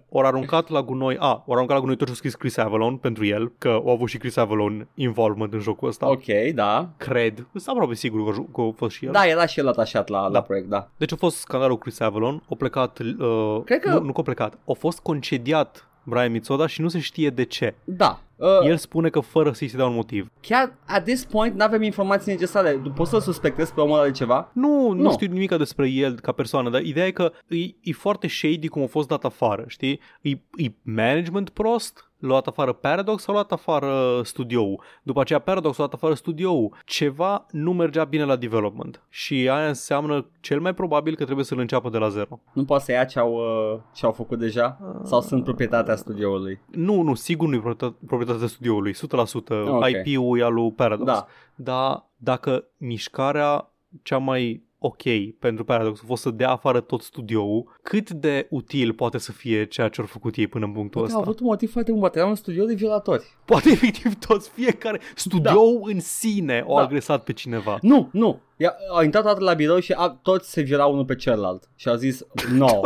S2: ori aruncat la gunoi, a, ori aruncat la gunoi tot ce a scris Chris Avalon pentru el, că au avut și Chris Avalon involvement în jocul ăsta.
S1: Ok, da.
S2: Cred, sunt aproape sigur că, că a fost și el.
S1: Da, era și el atașat la, la
S2: Da.
S1: proiect, da.
S2: Deci a fost scandalul Chris Avalon, a plecat, uh,
S1: Cred că-
S2: nu, nu că a plecat, a fost concediat Brian Mitsoda și nu se știe de ce.
S1: Da. Uh,
S2: El spune că fără să-i se dea un motiv.
S1: chiar at this point n-avem informații necesare. Poți să suspectezi pe omul ăla de ceva?
S2: Da, Nu, nu,
S1: Nu.
S2: nu știu nimic despre el ca persoană, dar ideea e că e, e foarte shady cum a fost dat afară, știi? E, e management prost, l-a luat afară Paradox sau l-a luat afară studioul. După aceea Paradox l-a luat afară studioul. Ceva nu mergea bine la development și aia înseamnă cel mai probabil că trebuie să-l înceapă de la zero.
S1: Nu poate să ia ce au, uh, ce au făcut deja? Sau sunt proprietatea studioului?
S2: Nu, nu, sigur nu e proprietate- proprietatea studioului, 100%.
S1: Ok.
S2: IP-ul e al lui Paradox.
S1: Da.
S2: Dar dacă mișcarea cea mai ok pentru Paradox a fost să dea afară tot studioul, cât de util poate să fie ceea ce au făcut ei până în punctul
S1: Poate
S2: ăsta?
S1: au avut un motiv foarte bun, poate era un studio de violatori.
S2: Poate efectiv toți, fiecare, studioul în sine o
S1: Da.
S2: da. agresat pe cineva.
S1: Nu, nu. Ia, au intrat toată la birou și a, toți se virau unul pe celălalt. Și au zis, no.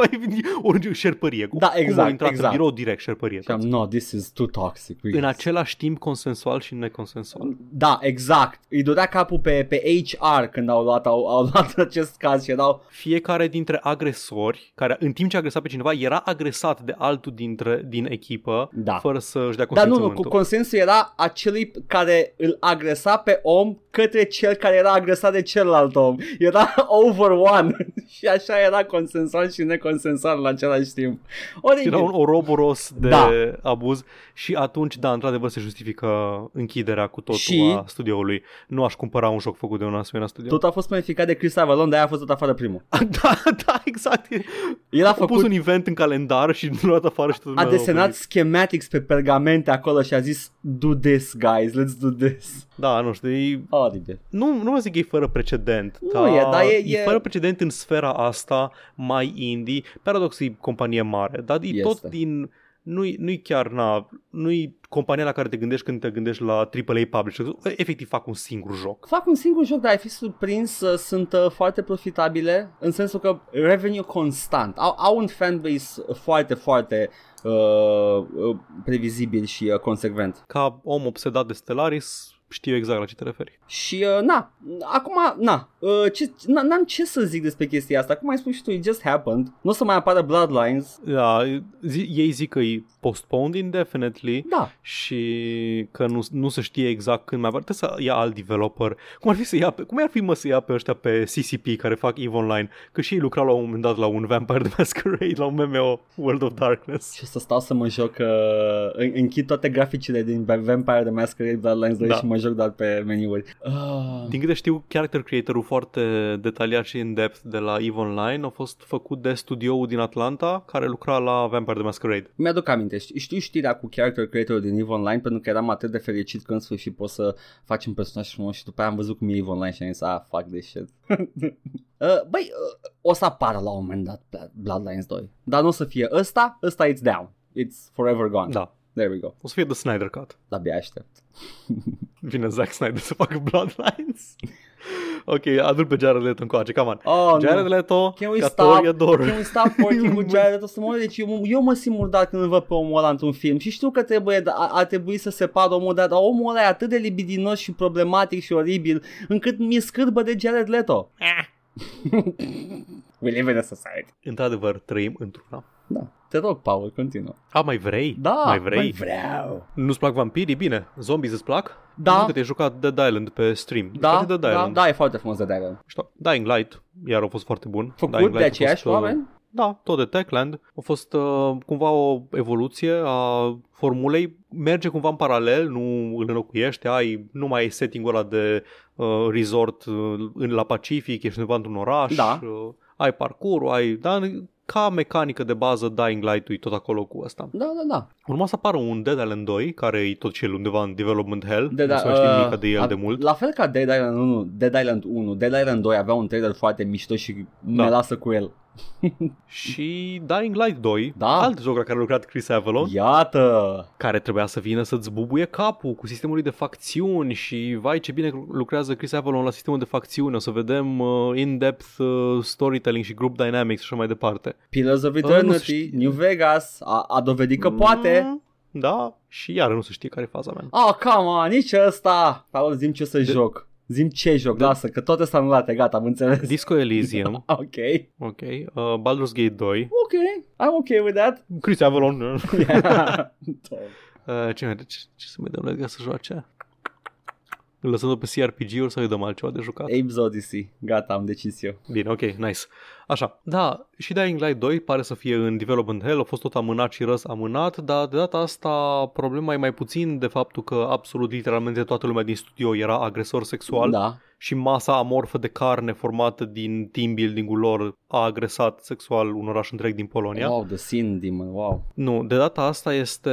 S2: Ori șerpărie. Cum-
S1: Da,
S2: Cum
S1: exact,
S2: au intrat
S1: exact.
S2: în birou direct șerpărie.
S1: și am, no, this is too toxic.
S2: În același timp consensual și neconsensual.
S1: Da, exact. Îi durea capul pe, pe HR când au luat, au, au luat acest caz și erau...
S2: Fiecare dintre agresori, care în timp ce agresa pe cineva, era agresat de altul dintre, din echipă,
S1: Da.
S2: fără să-și dea
S1: Dar nu, nu,
S2: consimțământul.
S1: cu consensul era acelui care îl agresa pe om către cel care era agresat de celălalt om. Era over one și așa era consensual și neconsensual în același timp. Ori
S2: Era un oroboros de
S1: Da.
S2: da. abuz și atunci, da, într-adevăr se justifică închiderea cu totul
S1: Și-
S2: și... a studioului. Nu aș cumpăra un joc făcut de un asemenea studio.
S1: Tot a fost planificat de Chris Avalon, de-aia a fost dat afară primul.
S2: Da, da, exact.
S1: El a
S2: A pus
S1: făcut
S2: un event în calendar și nu a dat afară și tot
S1: a
S2: lumea
S1: desenat
S2: oprit.
S1: schematics pe pergamente acolo și a zis Do this guys, let's do this
S2: Da, nu știu, e...
S1: Oribil
S2: nu, nu mă zic că e fără precedent.
S1: Nu
S2: dar
S1: e, dar e- e-
S2: fără precedent în sfera asta mai indie. Paradox e companie mare, dar e
S1: Este.
S2: tot din... Nu-i, nu-i chiar, na, nu-i compania la care te gândești când te gândești la AAA publisher. Efectiv fac un singur joc.
S1: Fac un singur joc, dar ai fi surprins uh, Sunt uh, foarte profitabile În sensul că revenue constant Au, au un fanbase foarte, foarte uh, uh, Previzibil și uh, consecvent
S2: ca om obsedat de Stellaris, știu exact la ce te referi.
S1: Și uh, na, acum na, uh, ce, na N-am ce să zic despre chestia asta Cum ai spus și tu, it just happened Nu o să mai apară Bloodlines
S2: Da, zi, ei zic că e postponed indefinitely
S1: Da,
S2: și că nu, nu se știe exact când mai apare. Trebuie să ia alt developer. Cum ar fi să ia pe, cum ar fi mă să ia pe ăștia pe CCP care fac EVE Online? Că și ei lucrau la un moment dat la un Vampire the Masquerade, la un MMO World of Darkness.
S1: Și o să stau să mă joc uh, în- Închid toate graficile din Vampire the Masquerade Bloodlines 2
S2: Da.
S1: și mă joc doar pe meniuri uh,
S2: Din câte știu, character creatorul foarte detaliat și in-depth de la EVE Online a fost făcut de studioul din Atlanta care lucra la Vampire the Masquerade.
S1: Mi-aduc aminte Ști- Știu știrea cu character creator din EVE Online Pentru că eram atât de fericit că în sfârșit Poți să faci un personaj frumos Și după aia am văzut cum e EVE Online Și am zis Ah, fuck this shit uh, Băi, uh, o să apară la un moment dat Blood- Bloodlines 2 Dar nu o să fie ăsta Ăsta it's down It's forever gone
S2: Da,
S1: There we go
S2: o să fie The Snyder Cut.
S1: Abia aștept
S2: Vine Zack Snyder să facă Bloodlines. Ok, adul pe Jared Leto încoace, come on.
S1: Oh, nu.
S2: Jared Leto,
S1: Can we
S2: Gatori,
S1: stop?
S2: ador.
S1: Can we stop working with Jared Leto să mă Deci eu, eu mă simt murdat când îl văd pe omul ăla într-un film și știu că trebuie, dar a, a trebui să separ omul ăla, dar omul ăla e atât de libidinos și problematic și oribil încât mi-e scârbă de Jared Leto. We live in a society.
S2: Într-adevăr, trăim într-una.
S1: Da. Te rog, Paul, continuă.
S2: A, mai vrei?
S1: Da,
S2: mai vrei?
S1: Mai vreau.
S2: Nu-ți plac vampirii? Bine. Zombies îți plac?
S1: Da.
S2: Nu știu că te-ai jucat Dead Island pe stream. Îți
S1: Da,
S2: place Dead
S1: da,
S2: Island.
S1: da, e foarte frumos de Dylan.
S2: Știu. Dying Light, iar a fost foarte bun. Dying
S1: Făcut
S2: Light
S1: de
S2: a
S1: aceiași
S2: fost, uh,
S1: oameni?
S2: Da, tot de Techland. A fost uh, cumva o evoluție a formulei. Merge cumva în paralel, nu îl înlocuiește, ai, nu mai ai setting-ul ăla de uh, resort uh, în- la Pacific, ești undeva într-un oraș,
S1: Da.
S2: uh, ai parcurul, ai... Da, ca mecanică de bază Dying Light-ul e tot acolo cu asta.
S1: Da, da, da.
S2: Urma să apară un Dead Island 2, care e tot și el undeva în development hell,
S1: De,
S2: nu
S1: da
S2: se mai știe
S1: uh,
S2: nimic de el
S1: a-
S2: de mult.
S1: La fel ca Dead Island 1, Dead Island 1, Dead Island 2 avea un trailer foarte mișto și
S2: Da.
S1: ne lasă cu el.
S2: Și Dying Light 2,
S1: Da.
S2: alt joc la care a lucrat Chris Avalon,
S1: Iată!
S2: care trebuia să vină să-ți bubuie capul cu sistemul lui de facțiuni și vai ce bine lucrează Chris Avalon la sistemul de facțiuni, o să vedem uh, in-depth uh, storytelling și group dynamics și așa mai departe.
S1: Pillars of
S2: nu
S1: Eternity,
S2: știu.
S1: New Vegas, a, a dovedit că poate.
S2: Mm, Da, și iar nu se știe care e faza mea.
S1: Ah, oh, come on, nici ăsta! Paul, zim ce o să
S2: De-
S1: joc. Zim ce joc,
S2: De-
S1: lasă, că toate s-au anulate, gata, am înțeles.
S2: Disco Elysium,
S1: Ok,
S2: ok, uh, Baldur's Gate 2,
S1: ok, I'm ok with that.
S2: Chris Avalon, uh,
S1: Tom.
S2: Eh, ce, mai- ce, ce să mai dăm la el ca să joace? Îl lăsăm pe CRPG-uri sau îi dăm altceva de jucat?
S1: Abe's Odyssey, gata, am decis eu.
S2: Bine, ok, nice. Așa, da, și Dying Light 2 pare să fie în development hell, a fost tot amânat și răs amânat, dar de data asta problema e mai puțin de faptul că absolut literalmente toată lumea din studio era agresor sexual da.
S1: Da,
S2: și masa amorfă de carne formată din team building-ul lor a agresat sexual un oraș întreg din Polonia.
S1: wow, the sin demon, wow.
S2: Nu, de data asta este...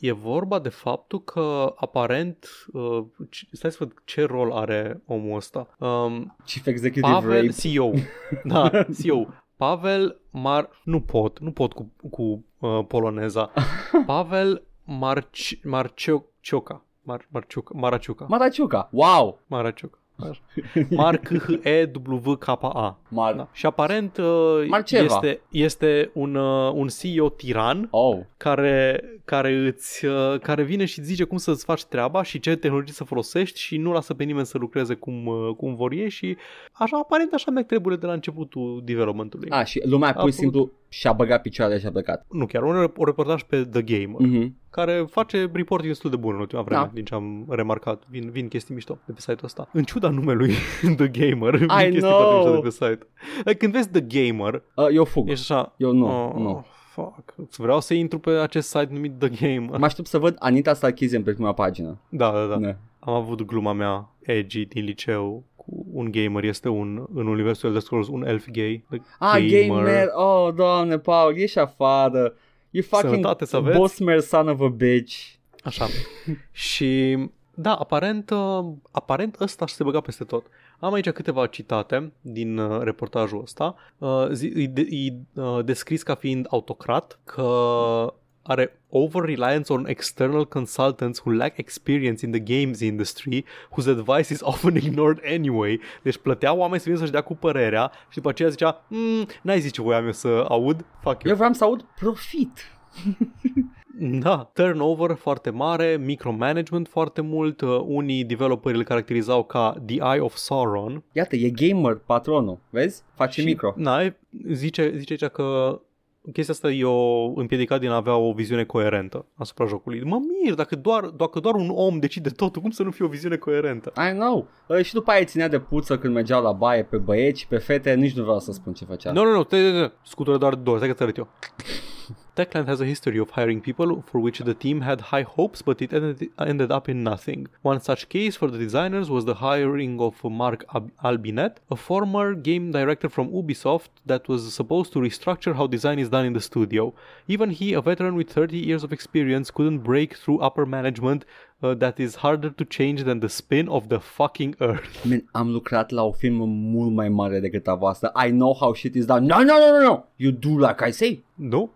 S2: E vorba de faptul că aparent, uh, ci- stai să văd ce rol are omul ăsta. Um,
S1: Chief Executive
S2: Pavel,
S1: Rape.
S2: CEO. Da, CEO. Pavel Mar... Nu pot, nu pot cu, cu uh, poloneza. Pavel Marci... Marcioca. Mar, Marciuca. Maraciuca.
S1: Maraciuca, wow!
S2: Maraciuca. Așa. Marc e w k a
S1: Mar...
S2: da. Și aparent uh,
S1: Marceva.
S2: este, este un, uh, un CEO tiran
S1: Oh,
S2: care, care, îți, uh, care vine și îți zice cum să-ți faci treaba și ce tehnologii să folosești și nu lasă pe nimeni să lucreze cum, uh, cum vor ei și așa, aparent așa merg treburile de la începutul developmentului.
S1: a, și lumea pur
S2: Apoi-
S1: și simplu și-a băgat picioarele și a plecat.
S2: Nu chiar, un rep- un reportaj pe The Gamer, mm.
S1: Mhm.
S2: care face reporting destul de bun în ultima vreme,
S1: Da.
S2: da. din ce am remarcat. Vin, vin chestii mișto de pe site-ul ăsta. În ciuda numelui The Gamer, vin chestii foarte
S1: know.
S2: mișto de pe site. Like, Când vezi The Gamer,
S1: Uh, Eu fug,
S2: ești așa...
S1: eu nu,
S2: oh,
S1: nu.
S2: Fuck. Vreau să intru pe acest site numit The Gamer.
S1: Mă aștept să văd Anita Sarkeesian pe prima pagină.
S2: Da, da, da.
S1: Ne.
S2: Am avut gluma mea edgy din liceu cu un gamer, este un, în universul Elder Scrolls, un elf gay. The
S1: Ah, gamer. Oh, doamne, Paul, ieși afară. You fucking
S2: Sănătate să aveți.
S1: bossmer son of a bitch.
S2: Așa. și da, aparent, uh, aparent ăsta se băga peste tot. Am aici câteva citate din uh, reportajul ăsta. Uh, zi, îi, de, îi uh, descris ca fiind autocrat, că are over-reliance on external consultants who lack experience in the games industry, whose advice is often ignored anyway. Deci plătea oameni să vină să-și dea cu părerea și după aceea zicea, mm, n-ai zis ce voiam eu să aud, fac eu.
S1: Eu vreau să aud profit.
S2: Da, turnover foarte mare, micromanagement foarte mult, uh, unii developeri îl caracterizau ca The Eye of Sauron.
S1: Iată, e gamer patronul, vezi? Face
S2: Și,
S1: micro.
S2: Na, e- zice, zice aici că chestia asta i-o împiedicat din a avea o viziune coerentă asupra jocului. Mă mir, dacă doar, dacă doar un om decide totul, cum să nu fie o viziune coerentă?
S1: I know. Uh, și după aia îi ținea de puță când mergeau la baie pe băieți și pe fete, nici nu vreau să spun ce făcea.
S2: Nu, nu, nu, stai, stai, stai. scutură doar două, stai că ți arăt eu. Techland has a history of hiring people for which the team had high hopes, but it ended, ended up in nothing. One such case for the designers was the hiring of Mark Ab- Albinet, a former game director from Ubisoft that was supposed to restructure how design is done in the studio. Even he, a veteran with 30 years of experience, couldn't break through upper management uh, that is harder to change than the spin of the fucking earth.
S1: Man, am lucrat la o firmă mult mai mare decât a voastră. I know how shit is done. No, no, no, no, no. You do like I say.
S2: No?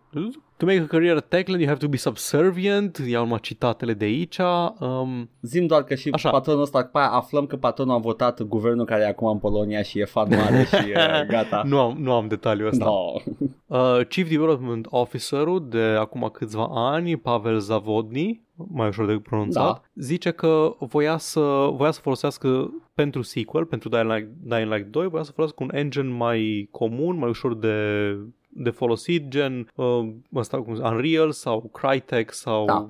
S2: To make a career at Techland, you have to be subservient. Iau numai citatele de aici. Um,
S1: Zim doar că și
S2: Așa.
S1: Așa. patronul ăsta, pe aia aflăm că patronul a votat guvernul care e acum în Polonia și e fan mare și uh, gata.
S2: nu, am, nu am detaliul ăsta.
S1: No.
S2: Uh, Chief Development Officer-ul de acum câțiva ani, Pavel Zavodni, mai ușor de pronunțat,
S1: Da.
S2: zice că voia să, voia să folosească pentru sequel, pentru Dying Light, Dying Light 2, voia să folosească un engine mai comun, mai ușor de, de folosit, gen uh, ăsta, cum, Unreal sau Crytek sau
S1: Da.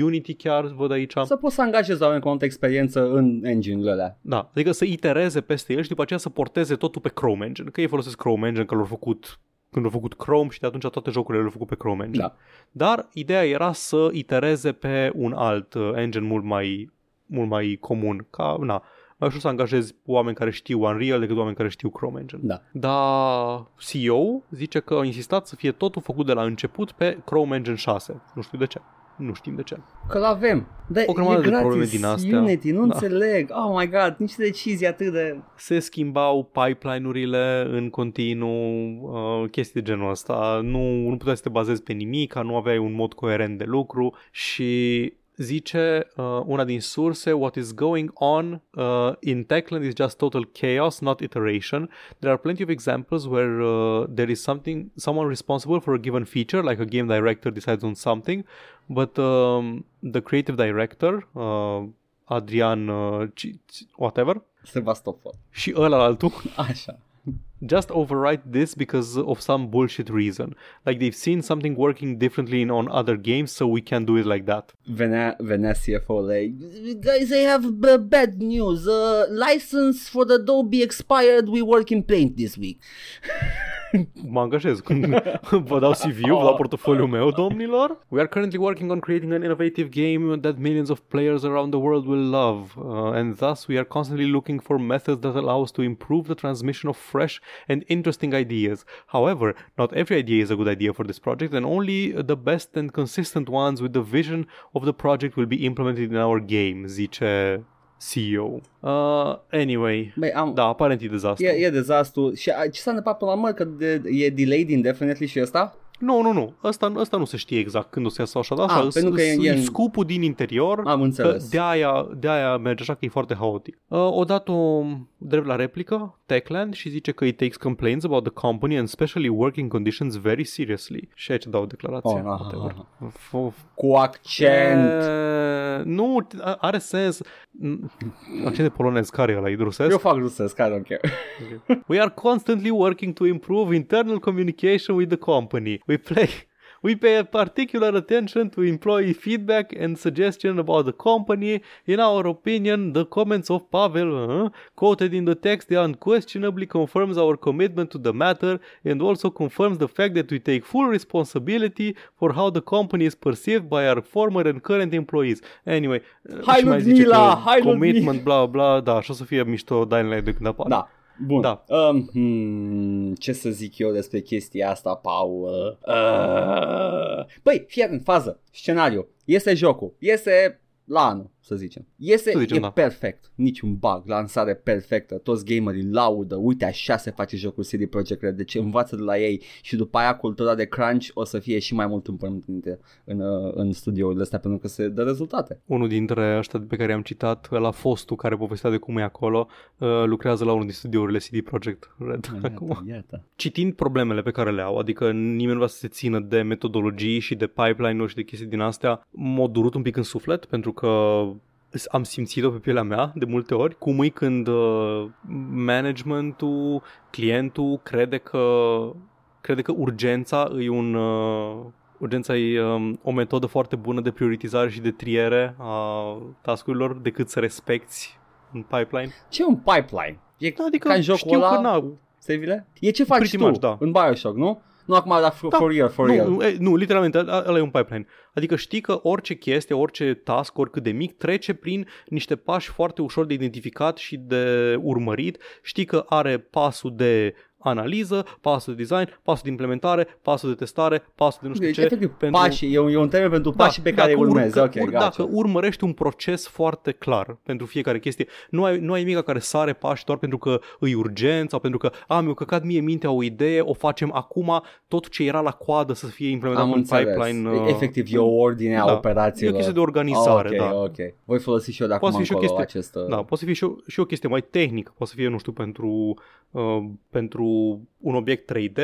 S2: Unity chiar, văd aici.
S1: Să poți să angajezi oameni cu multă experiență în engine-urile alea.
S2: Da, adică să itereze peste el și după aceea să porteze totul pe Chrome Engine, că ei folosesc Chrome Engine, că l-au făcut când au făcut Chrome și de atunci toate jocurile le-au făcut pe Chrome Engine.
S1: Da.
S2: Dar ideea era să itereze pe un alt uh, engine mult mai, mult mai comun, ca, na, mai ușor să angajezi oameni care știu Unreal decât oameni care știu Chrome Engine.
S1: Da.
S2: Dar CEO zice că a insistat să fie totul făcut de la început pe Chrome Engine 6. Nu știu de ce. Nu știm de ce.
S1: Că l-avem. Da,
S2: O grămadă
S1: e
S2: de
S1: gratis.
S2: probleme din astea.
S1: Unity, nu
S2: Da.
S1: da. înțeleg. Oh my god, niște decizii atât de...
S2: se schimbau pipeline-urile în continuu, uh, chestii de genul ăsta. Nu, nu puteai să te bazezi pe nimic, nu aveai un mod coerent de lucru și zice uh, una din surse What is going on uh, in Techland is just total chaos, not iteration. There are plenty of examples where uh, there is something someone responsible for a given feature, like a game director decides on something, but um, the creative director, uh, Adrian uh, ci- ci- whatever,
S1: Sebastopol.
S2: și ăla altul
S1: Așa.
S2: just override this because of some bullshit reason. Like they've seen something working differently in on other games, so we can do it like that.
S1: Venea, venea CFO-ul ei. Guys, I have b- bad news. Uh, license for the Adobe expired. We work in paint this week.
S2: Mă angajez. Vă dau CV-ul, vă dau portofoliul meu, domnilor. Oh. We are currently working on creating an innovative game that millions of players around the world will love. Uh, and thus we are constantly looking for methods that allow us to improve the transmission of fresh and interesting ideas. However, not every idea is a good idea for this project and only the best and consistent ones with the vision of the project will be implemented in our game, zice CEO. Uh, anyway,
S1: Băi, am,
S2: da, aparent e dezastru.
S1: E, e dezastru. Și a, ce s-a întâmplat până la urmă? Că de, e delayed indefinitely și ăsta?
S2: Nu, nu, nu. Asta, asta nu se știe exact când o să iasă așa, dar asta
S1: Ah, pentru că
S2: e,
S1: e- e în-
S2: scopul din interior.
S1: Am
S2: că
S1: înțeles.
S2: de aia, de aia merge așa că e foarte haotic. Uh, odată drept la replică, Techland și zice că it takes complaints about the company and especially working conditions very seriously. Și aici dau declarația.
S1: Oh, aha,
S2: whatever.
S1: aha.
S2: Of-
S1: Cu accent.
S2: E, Eh, nu, t- a- are sens. Mm, Accent de polonez, care e ăla? E rusesc?
S1: Eu fac rusesc, I don't care.
S2: We are constantly working to improve internal communication with the company. We play we pay particular attention to employee feedback and suggestion about the company. In our opinion, the comments of Pavel uh, quoted in the text unquestionably confirms our commitment to the matter and also confirms the fact that we take full responsibility for how the company is perceived by our former and current employees. Anyway, uh,
S1: Hai,
S2: și mai zice
S1: Ludmila!
S2: că
S1: Hai, Ludmila!
S2: commitment, bla bla, da, și o să fie mișto Dying Light de când apare.
S1: Da. Bun.
S2: Da.
S1: Um, hmm, ce să zic eu despre chestia asta, Paul? Uh, băi, fii în fază. Scenariu. Este jocul. Este la anul, să zicem. Este
S2: Să zicem,
S1: e
S2: da.
S1: perfect. Niciun bug. Lansare perfectă. Toți gamerii laudă. Uite, așa se face jocul CD Projekt Red. Deci învață de la ei și după aia cultura de crunch o să fie și mai mult împărământite în, uh, în studiourile astea pentru că se dă rezultate.
S2: unul dintre ăștia pe care i-am citat, la fostul care povestea de cum e acolo, uh, lucrează la unul din studiourile CD Projekt Red acum.
S1: Iată, iată.
S2: Citind problemele pe care le au, adică nimeni nu vrea să se țină de metodologii și de pipeline-uri și de chestii din astea, m-a durut un pic în suflet pentru că am simțit-o pe pielea mea de multe ori, cum e când uh, managementul, clientul crede că crede că urgența e un uh, urgența e um, o metodă foarte bună de prioritizare și de triere a tascurilor decât să respecti un pipeline.
S1: Ce e un pipeline? E
S2: Da, Adică
S1: Ca în jocul
S2: știu
S1: ăla,
S2: că na,
S1: Savile? E ce faci
S2: Pretty
S1: tu
S2: much, da.
S1: în Bioshock, nu? Nu acum, dar for,
S2: Da.
S1: da. for real, for real.
S2: nu, e, nu, literalmente, ă- ăla e un pipeline. Adică știi că orice chestie, orice task, oricât de mic, trece prin niște pași foarte ușor de identificat și de urmărit. Știi că are pasul de analiză, pasul de design, pasul de implementare, pasul de testare, pasul de nu știu
S1: Deci,
S2: ce.
S1: efectiv,
S2: pentru- Da,
S1: pașii, e un, e un termen pentru pașii pe care îi
S2: dacă
S1: urmezi.
S2: urcă-
S1: Ok,
S2: ur-
S1: gata.
S2: Dacă urmărești un proces foarte clar pentru fiecare chestie, nu ai, nu ai nimic care sare pași doar pentru că îi urgent sau pentru că a, mi-a căcat mie mintea o idee, o facem acum, tot ce era la coadă să fie implementat
S1: Am
S2: în
S1: înțeles.
S2: pipeline. uh,
S1: Efectiv, e o ordine a
S2: da. E o
S1: operațiilor.
S2: chestie de organizare,
S1: ok,
S2: da.
S1: ok. Voi folosi și eu de
S2: Poate
S1: acum
S2: fi și o
S1: încolo
S2: chestie-
S1: acest... uh,
S2: Da, poate să fie și o, și o chestie mai tehnică, poate să fie, nu știu, pentru, uh, pentru un obiect 3D,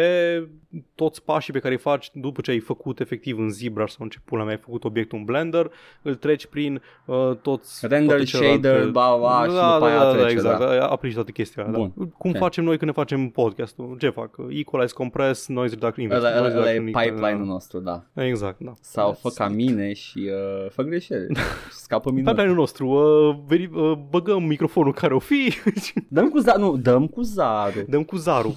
S2: toți pașii pe care îi faci după ce ai făcut efectiv în ZBrush sau în ce pula mea ai făcut obiectul în Blender, îl treci prin uh, toți...
S1: Render,
S2: toate celelalte-
S1: shader, ba, ba, și
S2: da,
S1: după aia
S2: da, da,
S1: trece,
S2: exact,
S1: da.
S2: da. aplici toate chestia aia, da.
S1: Bun,
S2: Cum
S1: ok.
S2: facem noi când ne facem podcastul? Ce fac? Equalize, compress, noise reduction, invers.
S1: Ăla,
S2: noise
S1: ăla, ăla e
S2: reduction, equalize,
S1: pipeline-ul nostru, da.
S2: da. Exact, da.
S1: Sau
S2: That's
S1: fă ca
S2: it.
S1: mine și uh, fă greșeli. Scapă minune.
S2: Pipeline-ul nostru, uh, veri, uh, băgăm microfonul care o fi
S1: Dăm cu zarul. Nu, dăm cu zarul.
S2: Dăm cu zarul.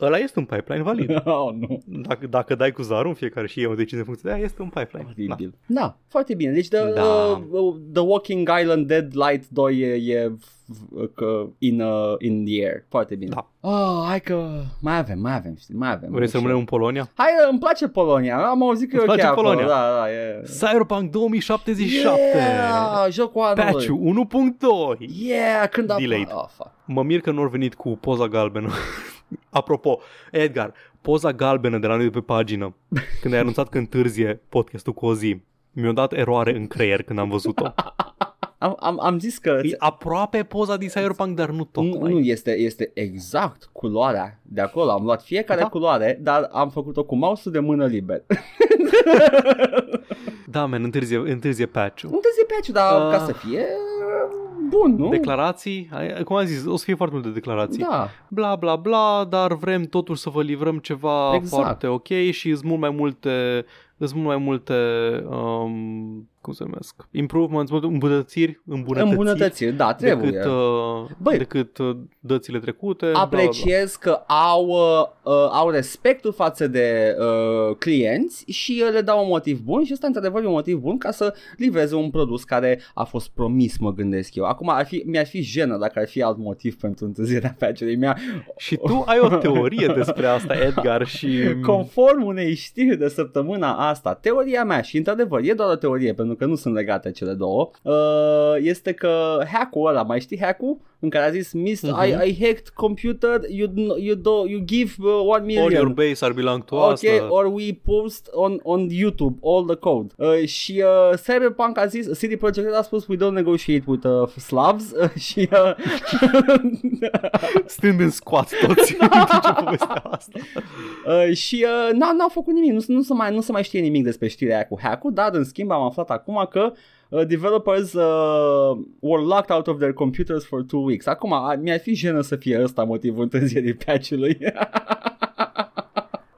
S2: Ăla este un pipeline valid.
S1: oh, nu.
S2: Dacă, dacă dai cu zarul în fiecare și eu decizie în funcție de aia, este un pipeline. Da.
S1: Oribil. Da. da, foarte bine. Deci the,
S2: Da.
S1: uh, the Walking Island Dead Light 2 e, e f- că in, uh, in the air. Foarte bine.
S2: Da.
S1: Oh, hai că mai avem, mai avem, știi, mai avem.
S2: Vrei să rămânem în Polonia?
S1: Hai, uh, îmi place Polonia. Am auzit că
S2: Îți
S1: e ok
S2: place
S1: acolo.
S2: Polonia?
S1: Da, da, e.
S2: Cyberpunk 2077!
S1: Yeah, da, jocul anului.
S2: Patch-ul 1.2!
S1: Yeah, când a...
S2: Delayed.
S1: Oh, fuck.
S2: Mă mir că nu au venit cu poza galbenă. Apropo, Edgar, poza galbenă de la noi de pe pagină, când ai anunțat că întârzie podcastul cu o zi, mi-a dat eroare în creier când am văzut-o.
S1: Am, am, am zis că
S2: E aproape poza din Cyberpunk, dar nu
S1: nu,
S2: tocmai.
S1: nu este, este exact culoarea de acolo. Am luat fiecare
S2: Da.
S1: culoare, dar am făcut-o cu mouse-ul de mână liber.
S2: Da, man, întârzie, întârzie patch-ul.
S1: Nu te zi pe aici, dar
S2: Ah.
S1: ca să fie bun, nu?
S2: Declarații, ai- cum am zis, o să fie foarte multe declarații.
S1: Da.
S2: Bla, bla, bla, dar vrem totuși să vă livrăm ceva
S1: Exact.
S2: exact. foarte ok și sunt mult mai multe, sunt mult mai multe, um, cum se numesc, improvements, mult- îmbunătățiri, îmbunătățiri,
S1: Îmbunătățiri, da, trebuie.
S2: decât, uh,
S1: Băi.
S2: decât uh, dățile trecute.
S1: Apreciez că au, uh, uh, au respectul față de uh, clienți și uh, le dau un motiv bun și ăsta într-adevăr e un motiv bun ca să livreze un produs care a fost promis, mă gândesc eu. Acum ar fi, mi-ar fi jenă dacă ar fi alt motiv pentru întârzierea patch-ului. Mi-a,
S2: Și tu ai o teorie despre asta, Edgar, și...
S1: Conform unei știri de săptămâna asta, teoria mea, și într-adevăr e doar o teorie pentru că nu sunt legate cele două, uh, este că hack-ul ăla, mai știi hack-ul? În care a zis, Mist,
S2: Mhm.
S1: I, I hacked computer, you, you, do, you give uh, one
S2: All your
S1: million.
S2: base ar belong to us.
S1: Ok,
S2: da.
S1: or we post on, on YouTube all the code. Uh, și uh, Cyberpunk a zis, CD Projekt Red a spus, we don't negotiate with uh, Slavs uh, și uh,
S2: Stând în squat toți
S1: Da.
S2: în timp ce povestea asta.
S1: Uh, și uh, n-a, n-au făcut nimic, nu, nu, se mai, nu se mai știe nimic despre știrea aia cu hack-ul, dar în schimb am aflat acum că uh, developers uh, were locked out of their computers for two weeks. Acum, a, mi-ar fi jenă să fie ăsta motivul întârzierii patch-ului.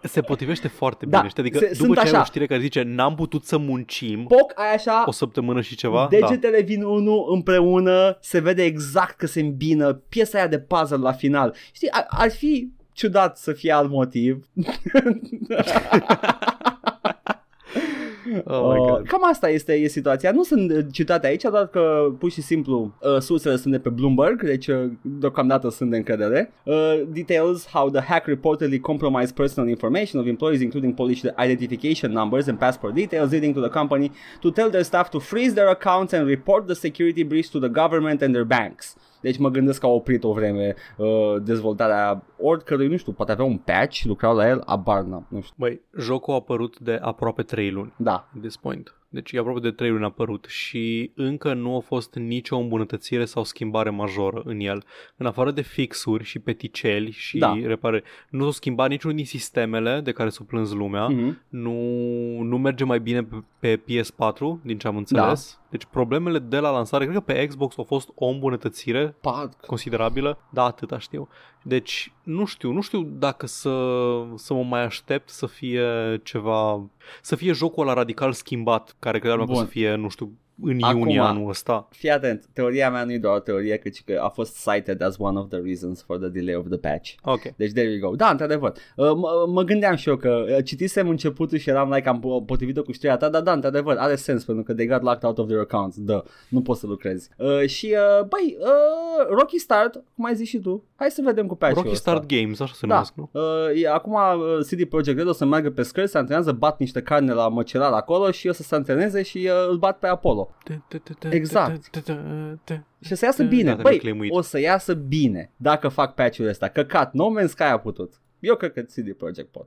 S2: Se potrivește foarte
S1: Da,
S2: bine, știi? Adică
S1: se-
S2: după
S1: sunt
S2: ce ai
S1: așa.
S2: o știre care zice n-am putut să muncim
S1: Poc, ai așa,
S2: o săptămână și ceva, da.
S1: degetele vin unul împreună, se vede exact că se îmbină piesa aia de puzzle la final. Știi, ar, ar fi ciudat să fie alt motiv.
S2: Oh my
S1: Uh,
S2: God.
S1: cam asta este e situația. Nu sunt uh, citate aici, doar că pur și simplu uh, sursele sunt de pe Bloomberg, deci uh, deocamdată sunt de încredere. Uh, details how the hack reportedly compromised personal information of employees, including Polish identification numbers and passport details, leading to the company to tell their staff to freeze their accounts and report the security breach to the government and their banks. Deci mă gândesc că au oprit o vreme uh, dezvoltarea oricărui, nu știu, poate avea un patch, lucrau la el, abar n-am, nu știu.
S2: Băi, jocul a apărut de aproape 3 luni,
S1: Da,
S2: at this point. Deci e aproape de 3 luni a apărut și încă nu a fost nicio îmbunătățire sau schimbare majoră în el. În afară de fixuri și peticeli și
S1: Da.
S2: repare, nu s-au schimbat niciunul din sistemele de care s-a plâns lumea.
S1: Mhm.
S2: nu, nu merge mai bine pe, pe PS4, din ce am înțeles. Da. Deci problemele de la lansare, cred că pe Xbox au fost o îmbunătățire
S1: parc.
S2: considerabilă, da, atâta știu. Deci, nu știu, nu știu dacă să, să mă mai aștept să fie ceva, să fie jocul ăla radical schimbat, care credeam că
S1: Bun.
S2: o să fie, nu știu, în Acum, iunie anul ăsta.
S1: Fii atent, teoria mea nu e doar o teorie, căci că a fost cited as one of the reasons for the delay of the patch.
S2: Ok.
S1: Deci there you go. Da, într-adevăr. Uh, m- mă gândeam și eu că uh, citisem începutul și eram like am po- potrivit-o cu știrea ta, dar da, într-adevăr, are sens pentru că they got locked out of their accounts. Da, nu poți să lucrezi. Uh, și, uh, băi, uh, Rocky Start, cum ai zis și tu, hai să vedem cu patch-ul
S2: Rocky
S1: ăsta.
S2: Start Games, așa se
S1: Da.
S2: numesc, nu?
S1: Uh, e- acum uh, CD Projekt Red o să meargă pe scări, se antrenează, bat niște carne la măcelar acolo și o să se antreneze și uh, îl bat pe Apollo. Exact. Și o să iasă
S2: Da,
S1: bine.
S2: da,
S1: Băi,
S2: reclaimuit.
S1: o să iasă bine dacă fac patch-ul ăsta. Căcat, No Man's Sky a putut. Eu cred că CD Projekt pot.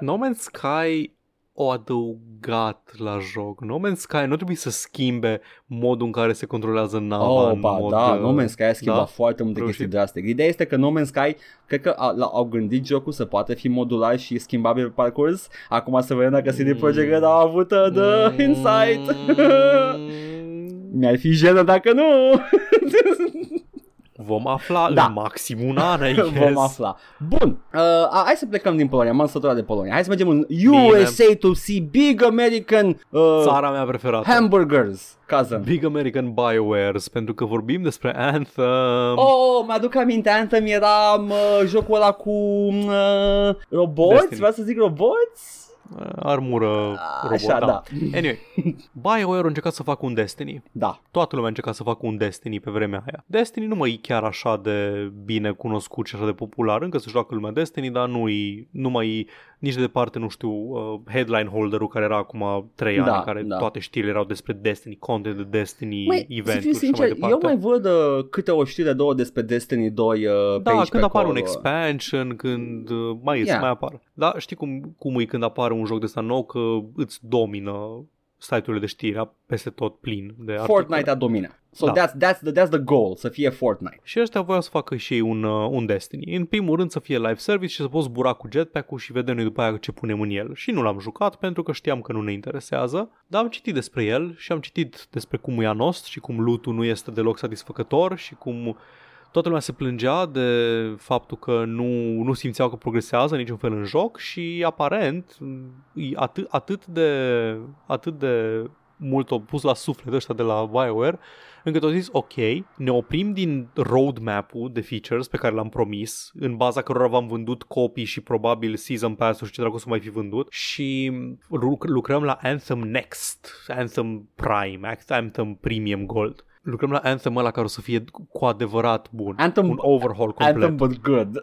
S2: No Man's Sky o adăugat la joc. No Man's Sky nu trebuie să schimbe modul în care se controlează nava
S1: Oh,
S2: Ah, în
S1: ba,
S2: mod,
S1: da,
S2: uh,
S1: No Man's Sky a schimbat
S2: da,
S1: foarte multe
S2: reușit.
S1: chestii drastice. Ideea este că No Man's Sky, cred că a- l- au gândit jocul să poată fi modular și schimbabil pe parcurs. Acum să vedem dacă CD Projekt Red au avut uh, the
S2: Mm.
S1: insight. Mi-ar fi jenă dacă nu.
S2: Vom afla
S1: Da.
S2: în maxim un an, I guess.
S1: Vom afla. Bun, uh, a- hai să plecăm din Polonia, m-am săturat de Polonia. Hai să mergem în USA to see big American uh,
S2: Țara mea preferată.
S1: hamburgers, cousin.
S2: Big American Biowares, pentru că vorbim despre Anthem.
S1: Oh, mi-aduc aminte, Anthem era mă, jocul ăla cu mă, roboți,
S2: Destiny.
S1: vreau să zic roboți?
S2: Armură robot,
S1: Așa, da.
S2: Anyway, BioWare a încercat să facă un Destiny.
S1: Da.
S2: Toată lumea a încercat să facă un Destiny pe vremea aia. Destiny nu mai e chiar așa de bine cunoscut și așa de popular. Încă se joacă lumea Destiny, dar nu, e, nu mai e nici de departe, nu știu, uh, headline holderul care era acum 3 ani,
S1: Da,
S2: în care
S1: da.
S2: toate știrile erau despre Destiny, content de Destiny,
S1: Măi, să fiu
S2: eventuri și așa
S1: sincer,
S2: mai
S1: eu
S2: departe.
S1: mai văd uh, câte o știre, două despre Destiny 2 uh, pe
S2: Da,
S1: aici,
S2: când
S1: pe
S2: apare
S1: acolo.
S2: un expansion, când uh, mai ies,
S1: Yeah.
S2: yeah. mai apar. Da, știi cum, cum e când apare un joc de ăsta nou că îți domină site-urile de știri peste tot plin de
S1: Fortnite
S2: articole.
S1: a dominat. So
S2: Da.
S1: that's, that's, the, that's the goal, să fie Fortnite.
S2: Exact. Și ăștia voiau să facă și ei un, uh, un Destiny. În primul rând să fie live service și să poți zbura cu jetpack-ul și vedem noi după aia ce punem în el. Și nu l-am jucat pentru că știam că nu ne interesează, dar am citit despre el și am citit despre cum e anost și cum loot nu este deloc satisfăcător și cum toată lumea se plângea de faptul că nu, nu simțeau că progresează în niciun fel în joc și aparent e atât, atât de, atât de mult au pus la suflet ăștia de la BioWare încât au zis ok, ne oprim din roadmap-ul de features pe care l-am promis, în baza cărora v-am vândut copii și probabil season pass-uri și ce dracu să mai fi vândut și ruc- lucrăm la Anthem Next, Anthem Prime, Anthem Premium Gold. Lucrăm la Anthem ăla care o să fie cu adevărat bun.
S1: Anthem-
S2: un overhaul complet.
S1: Anthem but good.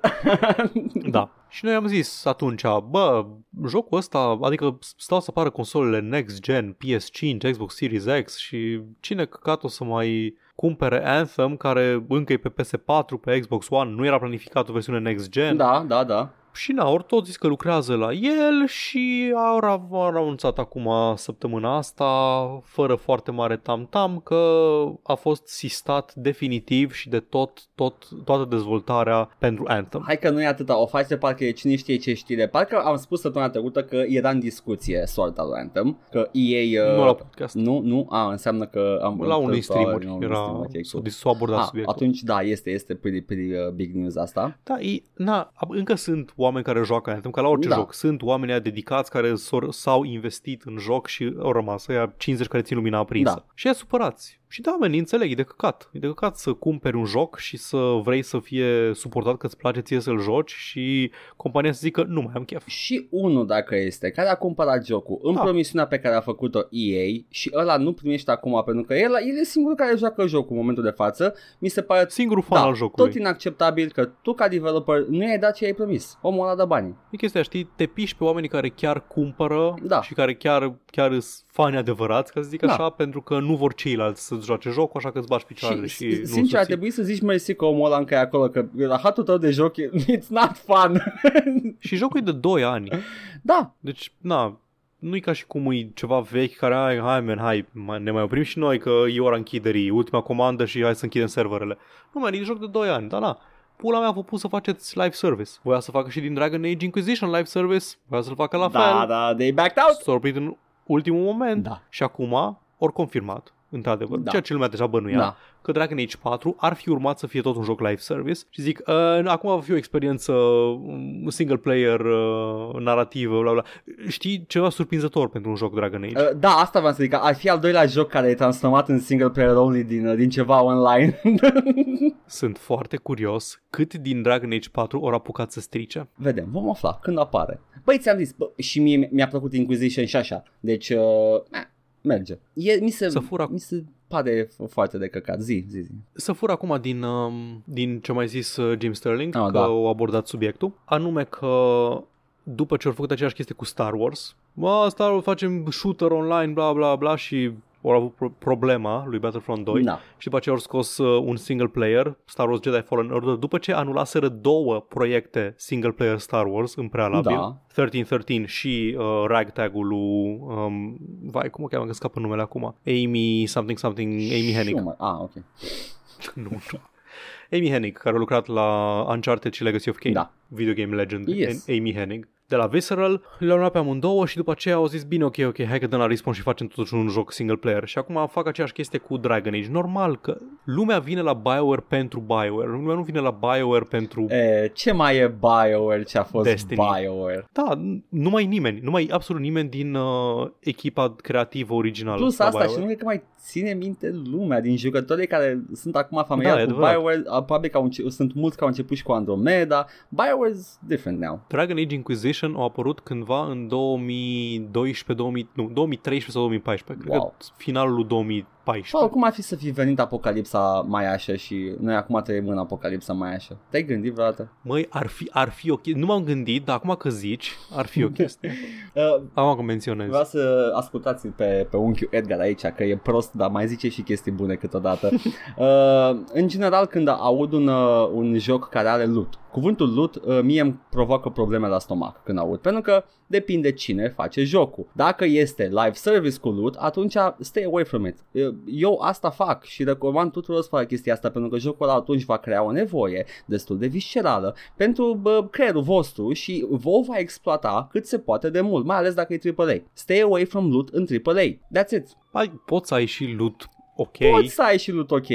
S2: Da. Și noi am zis atunci, bă, jocul ăsta, adică stau să apară consolele next gen, PS5, Xbox Series X și cine căcat o să mai cumpere Anthem care încă e pe PS4, pe Xbox One, nu era planificat o versiune next gen.
S1: da, da, da.
S2: Și na, ori tot zis că lucrează la el și au au anunțat acum săptămâna asta, fără foarte mare tam-tam, că a fost sistat definitiv și de tot, tot, toată dezvoltarea pentru Anthem.
S1: Hai că nu e atâta, o faci de parcă e cine știe ce știre. Parcă am spus săptămâna trecută că era în discuție soarta lui Anthem, că EA... uh,
S2: Nu la podcast.
S1: Nu, nu, a, înseamnă că am
S2: La unui streamer
S1: Nu,
S2: era
S1: streamer, ok,
S2: s-a
S1: cool.
S2: dis- s-a abordat
S1: a,
S2: subiectul.
S1: atunci da, este, este pretty, pretty uh, big news asta.
S2: Da, e, na, ab- încă sunt oameni care joacă Anthem, ca la orice
S1: Da.
S2: joc. Sunt oameni aia dedicați care s-or- s-au investit în joc și au rămas aia 50 care țin lumina aprinsă.
S1: Da.
S2: Și e supărați. Și da, oamenii înțeleg, e de căcat. E de căcat să cumperi un joc și să vrei să fie suportat că îți place ție să-l joci și compania să zică nu mai am chef.
S1: Și unul dacă este, care a cumpărat jocul în
S2: Da.
S1: promisiunea pe care a făcut-o EA și ăla nu primește acum pentru că el, el e singurul care joacă jocul în momentul de față, mi se pare
S2: Singurul fan
S1: Da,
S2: al jocului.
S1: tot inacceptabil că tu ca developer nu i-ai dat ce ai promis. Omul ăla dă banii.
S2: E chestia, știi, te piși pe oamenii care chiar cumpără
S1: Da.
S2: și care chiar, chiar sunt fani adevărați, ca să zic
S1: Da.
S2: așa, pentru că nu vor ceilalți să joace jocul, așa că îți bași picioarele și,
S1: și
S2: nu
S1: sincer, ar
S2: susții.
S1: trebui să zici mersi că omul ăla încă e acolo, că la hatul tău de joc e- it's not fun.
S2: Și jocul e de 2 ani,
S1: da,
S2: deci, na, nu e ca și cum e ceva vechi care, hai, hai, man, hai, mai- ne mai oprim și noi că e ora închiderii, ultima comandă și hai să închidem serverele. Nu, man, e joc de 2 ani, dar na, pula mea a făcut să faceți live service. Voia să facă și din Dragon Age Inquisition live service, voia să-l facă la fel.
S1: da, da, they backed out.
S2: S-a oprit în ultimul moment.
S1: Da.
S2: Și acum ori confirmat într-adevăr,
S1: Da.
S2: da. ceea ce lumea deja bănuia,
S1: Da.
S2: da. că Dragon Age 4 ar fi urmat să fie tot un joc live service și zic, uh, acum va fi o experiență um, single player, uh, narrativă, bla bla. Știi, ceva surprinzător pentru un joc Dragon Age.
S1: Uh, Da, asta v-am să zic, ar fi al doilea joc care e transformat în single player only din, uh, din ceva online.
S2: Sunt foarte curios cât din Dragon Age 4 ori apucat să strice.
S1: Vedem, vom afla când apare. Băi, ți-am zis, bă, și mie mi-a plăcut Inquisition și așa, deci uh, eh, merge. E, mi, se,
S2: Să fură
S1: mi se pare f- foarte de căcat, zi, zi, zi.
S2: Să fur acum din, um, din ce mai zis uh, Jim Sterling,
S1: Ah,
S2: că
S1: da.
S2: au abordat subiectul, anume că după ce au făcut aceeași chestie cu Star Wars, bă, Star Wars facem shooter online, bla bla bla și au avut pro- problema lui Battlefront 2
S1: Da.
S2: și după aceea au scos uh, un single player, Star Wars Jedi Fallen Order, după ce anulaseră două proiecte single player Star Wars în prealabil,
S1: Da.
S2: 1313 și uh, ragtag-ul lui, um, vai, cum o cheamă că scapă numele acum, Amy something something, Amy Hennig.
S1: Schumer. Ah, ok.
S2: Nu, nu. Amy Hennig, care a lucrat la Uncharted și Legacy of Kane,
S1: Da.
S2: video game legend
S1: Yes.
S2: and Amy Hennig, de la Visceral, le-au luat pe amândouă și după aceea au zis, bine, ok, ok, hai că dăm la respawn și facem totuși un joc single player. Și acum fac aceeași chestie cu Dragon Age. Normal că lumea vine la BioWare pentru BioWare, lumea nu vine la BioWare pentru...
S1: E, Eh, ce mai e BioWare ce a fost
S2: Destiny.
S1: BioWare?
S2: Da, n- nu mai nimeni, nu mai absolut nimeni din uh, echipa creativă originală.
S1: Plus
S2: la
S1: asta și
S2: BioWare.
S1: nu cred că mai ține minte lumea din jucătorii care sunt acum familiari
S2: Da, e
S1: cu
S2: adevărat.
S1: BioWare, a- probabil că au înce- sunt mulți care au început și cu Andromeda. BioWare's different now.
S2: Dragon Age Inquisition a apărut cândva în 2012, 2000, nu, 2013 sau 2014, cred
S1: Wow.
S2: că finalul lui 2014.
S1: Sau cum ar fi să fi venit apocalipsa mai așa și noi acum trăim în apocalipsa mai așa? Te-ai gândit vreodată?
S2: Măi, ar fi, ar fi o chestie, nu m-am gândit, dar acum că zici, ar fi o chestie.
S1: Uh,
S2: Acum că menționez.
S1: Vreau să ascultați pe, pe unchiul Edgar aici, că e prost, dar mai zice și chestii bune câteodată. uh, în general, când aud un, uh, un joc care are loot, cuvântul loot uh, mie îmi provoacă probleme la stomac când aud, pentru că depinde cine face jocul. Dacă este live service cu loot, atunci stay away from it. Uh, Eu asta fac și recomand tuturor să facă chestia asta, pentru că jocul ăla atunci va crea o nevoie destul de viscerală pentru bă, creierul vostru și vă va exploata cât se poate de mult, mai ales dacă e AAA. Stay away from loot în AAA. That's it.
S2: Mai poți să ai și loot ok,
S1: Okay. Poți să ai și loot ok,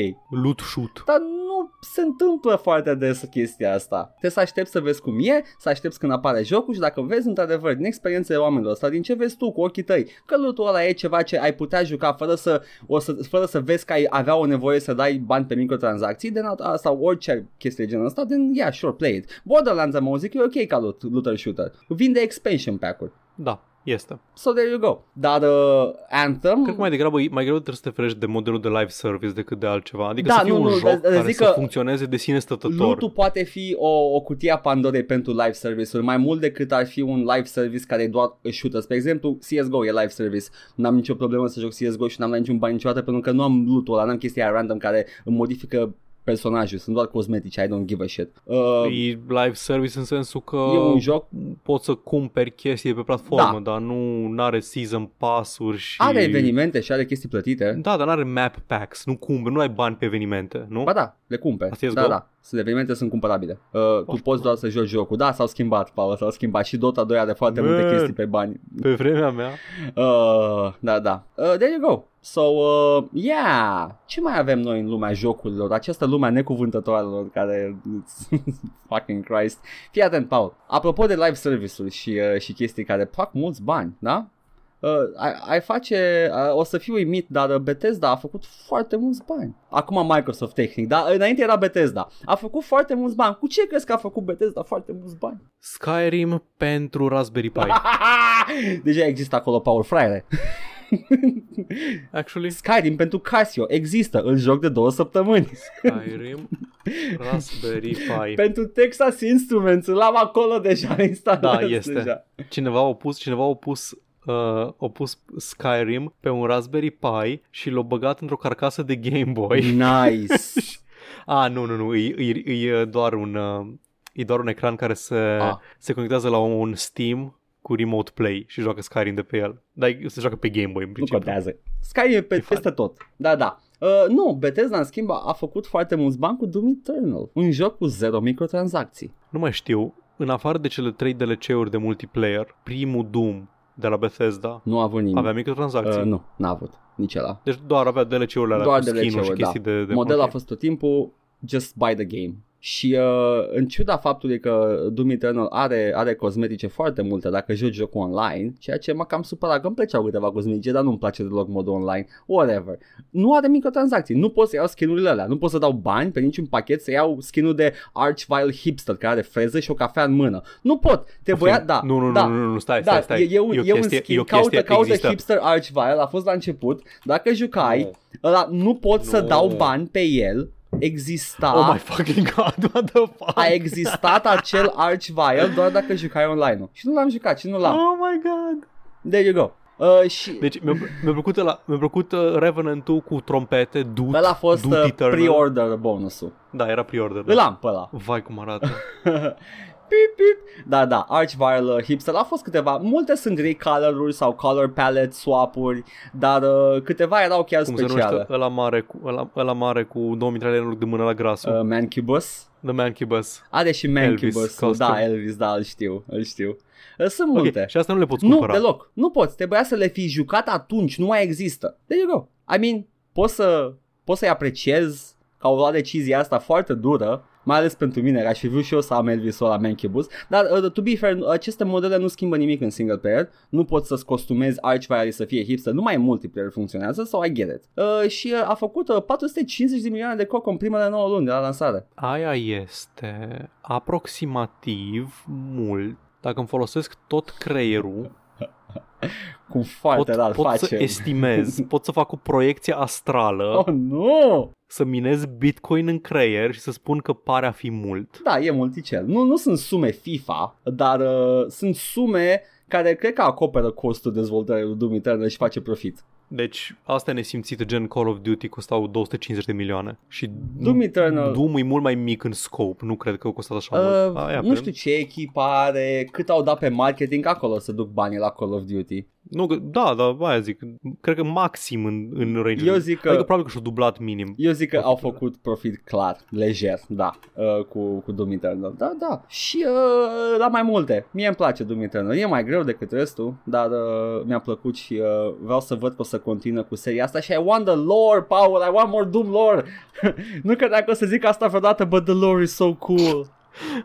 S2: loot shoot.
S1: dar nu se întâmplă foarte des chestia asta. Trebuie să aștepți să vezi cum e, să aștepți când apare jocul și dacă vezi într-adevăr din experiențele oamenilor ăsta, din ce vezi tu cu ochii tăi, că lootul ăla e ceva ce ai putea juca fără să, o să, fără să vezi că ai avea o nevoie să dai bani pe microtransacții then, out- sau orice chestie de genul ăsta, then yeah, sure, play it. Borderlands am auzit că e ok ca loot, looter shooter. Vinde expansion pack-uri.
S2: Da, este.
S1: So there you go. Dar uh, Anthem...
S2: Cred că mai degrabă, mai greu trebuie să te ferești de modelul de live service decât de altceva. Adică
S1: Da,
S2: să fie
S1: nu,
S2: un
S1: nu,
S2: joc
S1: dar- dar
S2: care
S1: zic
S2: să
S1: că
S2: funcționeze de sine stătător.
S1: Lutul poate fi o, o cutie a Pandorei pentru live service-uri, mai mult decât ar fi un live service care e doar shooter. Spre exemplu, CSGO e live service. N-am nicio problemă să joc CSGO și n-am dat niciun bani niciodată pentru că nu am lutul ăla, n-am chestia aia random care îmi modifică personajul. Sunt doar cosmetici, I don't give a shit. Uh,
S2: E live service în sensul că
S1: e un joc
S2: poți să cumperi chestii pe platformă, dar nu are season pass-uri și...
S1: Da. are evenimente și are chestii plătite.
S2: Da, dar nu are map packs, nu cumperi, nu ai bani pe evenimente, nu?
S1: Ba da, le cumperi.
S2: La CSGO?
S1: Da, da. Sunt evenimente sunt cumpărabile. Uh, tu
S2: Foarte
S1: poți doar să joci jocul. Da, s-au schimbat, Paul, s-au schimbat. Și Dota 2 are foarte multe
S2: Man.
S1: chestii pe bani.
S2: Pe vremea mea.
S1: Uh, da, da. Uh, there you go. So, uh, yeah. Ce mai avem noi în lumea jocurilor? Această lumea necuvântătoarelor care... fucking Christ. Fii atent, Paul. Apropo de live service-uri și, uh, și chestii care fac mulți bani, da? Uh, ai, ai face, uh, o să fiu uimit, dar uh, Bethesda a făcut foarte mulți bani. Acum Microsoft tehnic, dar înainte era Bethesda. A făcut foarte mulți bani. Cu ce crezi că a făcut Bethesda foarte mulți bani?
S2: Skyrim pentru Raspberry
S1: Da.
S2: Pi.
S1: Deja există acolo Paul Fraiere.
S2: Actually,
S1: Skyrim pentru Casio există, îl joc de două săptămâni.
S2: Skyrim Raspberry Pi.
S1: pentru Texas Instruments îl am acolo deja instalat.
S2: Da, este.
S1: Deja.
S2: Cineva a pus, cineva a pus Uh, a pus Skyrim pe un Raspberry Pi și l-a băgat într-o carcasă de Game Boy.
S1: Nice.
S2: A, nu, nu, nu, e, e, e doar un uh, e doar un ecran care se,
S1: Ah.
S2: se conectează la un Steam cu Remote Play și joacă Skyrim de pe el. Dar se joacă pe Game Boy în
S1: nu
S2: principiu.
S1: contează. Skyrim e pe,
S2: E
S1: peste tot. Da, da. Uh, nu, Bethesda, în schimb, a a făcut foarte mulți bani cu Doom Eternal, un joc cu zero microtransacții.
S2: Nu mai știu, în afară de cele trei DLC-uri de multiplayer, primul Doom, de la Bethesda.
S1: Nu a avut nimic.
S2: Avea microtransacții.
S1: Uh, nu, n-a avut nici ăla.
S2: Deci doar avea DLC-urile alea
S1: Doar
S2: cu skin-uri și
S1: DLC-uri,
S2: chestii de, de
S1: da. Modelul a
S2: content.
S1: fost tot timpul just buy the game. Și uh, în ciuda faptului că Doom Eternal are, are cosmetice foarte multe dacă joci jocul online, ceea ce m-a cam supărat că îmi plăceau câteva cosmetice, dar nu-mi place deloc modul online, whatever. Nu are microtransacții, nu pot să iau skin-urile alea, nu pot să dau bani pe niciun pachet să iau skin-ul de Archvile Hipster care are freză și o cafea în mână. Nu pot, trebuia, da,
S2: Nu, nu,
S1: da,
S2: nu, nu, nu, stai,
S1: da,
S2: stai, stai.
S1: E, e, un, e, e un skin,
S2: e o
S1: caută,
S2: chestie,
S1: caută
S2: există.
S1: hipster archvile, a fost la început, dacă jucai,
S2: Nu.
S1: ăla, nu pot să
S2: Nu.
S1: dau bani pe el, exista,
S2: Oh my fucking god, what the fuck?
S1: a existat acel archvile doar dacă jucai online Și nu l-am jucat și nu l-am.
S2: Oh my god.
S1: There you go. Uh, și
S2: Deci mi-a, mi-a plăcut, ăla, mi-a plăcut uh, Revenant-ul cu trompete, Dude.
S1: ăla a fost
S2: Doom
S1: uh,
S2: Eternal.
S1: pre-order bonusul.
S2: Da, era pre-order.
S1: Îl
S2: Da.
S1: am pe ăla.
S2: Vai cum arată.
S1: pip, pip. Da, da, Archvile uh, Hipster a fost câteva, multe sunt grey color-uri sau color palette swap-uri, dar uh, câteva erau chiar
S2: Cum se
S1: speciale.
S2: numește ăla mare cu, ăla, ăla mare cu două mitrale în loc de mână la grasul.
S1: Uh, Mancubus.
S2: The Mancubus.
S1: Are și Mancubus,
S2: Elvis,
S1: da,
S2: costume.
S1: Elvis, da, îl știu, îl știu. Uh, Sunt multe.
S2: Ok, și asta nu le poți
S1: nu,
S2: cumpăra.
S1: deloc, nu poți, trebuia să le fi jucat atunci, nu mai există. There you go. I mean, poți, să, poți să-i apreciez că au luat decizia asta foarte dură, mai ales pentru mine, că aș fi vrut și eu să am Elvis-ul la Mancubus, dar, uh, to be fair, aceste modele nu schimbă nimic în single player, nu poți să-ți costumezi Archvire să fie hipster, numai în multiplayer funcționează, so I get it. Uh, și uh, a făcut uh, 450 de milioane de coco în primele 9 luni de la lansare.
S2: Aia este aproximativ mult. Dacă îmi folosesc tot creierul,
S1: Cum foarte
S2: pot,
S1: rar
S2: pot
S1: face.
S2: să estimez, pot să fac o proiecție astrală,
S1: Oh, nu!
S2: să minez bitcoin în creier și să spun că pare a fi mult.
S1: Da, e multicel. Nu, nu sunt sume FIFA, dar uh, sunt sume care cred că acoperă costul dezvoltării lui Doom Eternal și face profit.
S2: Deci, asta ne simțit gen Call of Duty costau 250 de milioane. Și
S1: Doom Eternal-
S2: Doom e mult mai mic în scope, nu cred că a costat așa Păi, mult.
S1: Uh,
S2: Aia,
S1: nu știu ce echipă are, cât au dat pe marketing acolo să duc banii la Call of Duty.
S2: Nu, că- da, da, aia zic. Cred că maxim în, în range.
S1: Eu zic că-
S2: Adică probabil că și-a dublat minim.
S1: Eu zic că au făcut profit clar, lejer, da, uh, cu, cu Doom Eternal. Da, da. Și uh, la mai multe. Mie îmi place Doom Eternal. E mai greu decât restul, dar uh, mi-a plăcut și uh, vreau să văd că o să continuă cu seria asta și I want the lore, Paul, I want more Doom lore. nu credeam că o să zic asta vreodată, but the lore is so cool.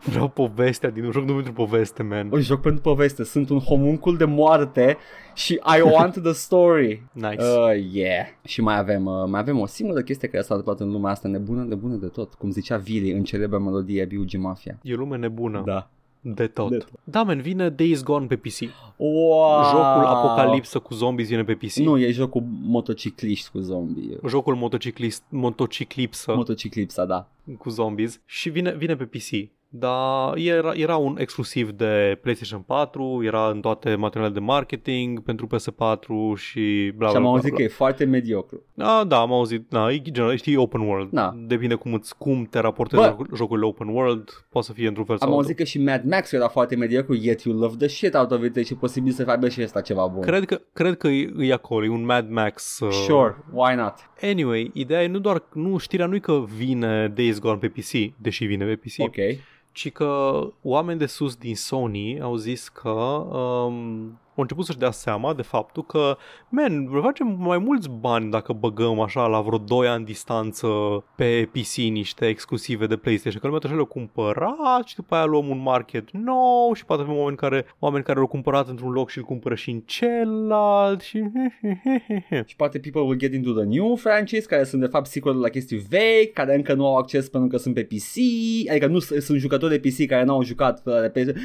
S2: Vreau povestea din un joc nu pentru poveste, man.
S1: Un joc pentru poveste. Sunt un homuncul de moarte și I want the story.
S2: Nice. Uh,
S1: Uh, yeah. Și mai avem, uh, mai avem o singură chestie care s-a întâmplat în lumea asta nebună, nebună de tot. Cum zicea Vili în celebra melodie B.U.G. Mafia.
S2: e lume nebună. Da. De tot.
S1: De
S2: De
S1: tot.
S2: tot. Da, man, vine Days Gone pe PC.
S1: Wow.
S2: Jocul apocalipsă cu zombies vine pe PC.
S1: Nu, e jocul motocicliști cu zombie.
S2: Jocul motociclist, motociclipsă
S1: Motociclipsa, da.
S2: cu zombies și vine, vine pe PC. Dar era, era un exclusiv de PlayStation 4, era în toate materialele de marketing pentru PS4 și bla bla
S1: Și am
S2: bla,
S1: auzit
S2: bla.
S1: că e foarte mediocru.
S2: A, da, am auzit, da, e general, știi, open world.
S1: Da.
S2: Depinde cum, îți, cum te raportezi
S1: Bă.
S2: la jocurile open world, poate să fie într-un fel
S1: Am
S2: sau
S1: auzit că și Mad Max era foarte mediocru, yet you love the shit out of it, deci e posibil să facă și ăsta ceva bun.
S2: Cred că, cred că e, e acolo, e un Mad Max. Uh...
S1: Sure, why not?
S2: Anyway, ideea e nu doar, nu știrea nu e că vine Days Gone pe PC, deși vine pe PC,
S1: Ok.
S2: ci că oameni de sus din Sony au zis că um, au început să-și dea seama de faptul că, man, facem mai mulți bani dacă băgăm așa la vreo 2 ani distanță pe PC niște exclusive de PlayStation, că lumea tot așa le-a cumpărat și după aia luăm un market nou și poate avem oameni care, oameni care l-au cumpărat într-un loc și îl cumpără și în celălalt și...
S1: Și poate people will get into the new franchise, care sunt de fapt sequel la chestii vechi, care încă nu au acces pentru că sunt pe PC, adică nu s- sunt jucători de PC care n-au jucat pe pe PC.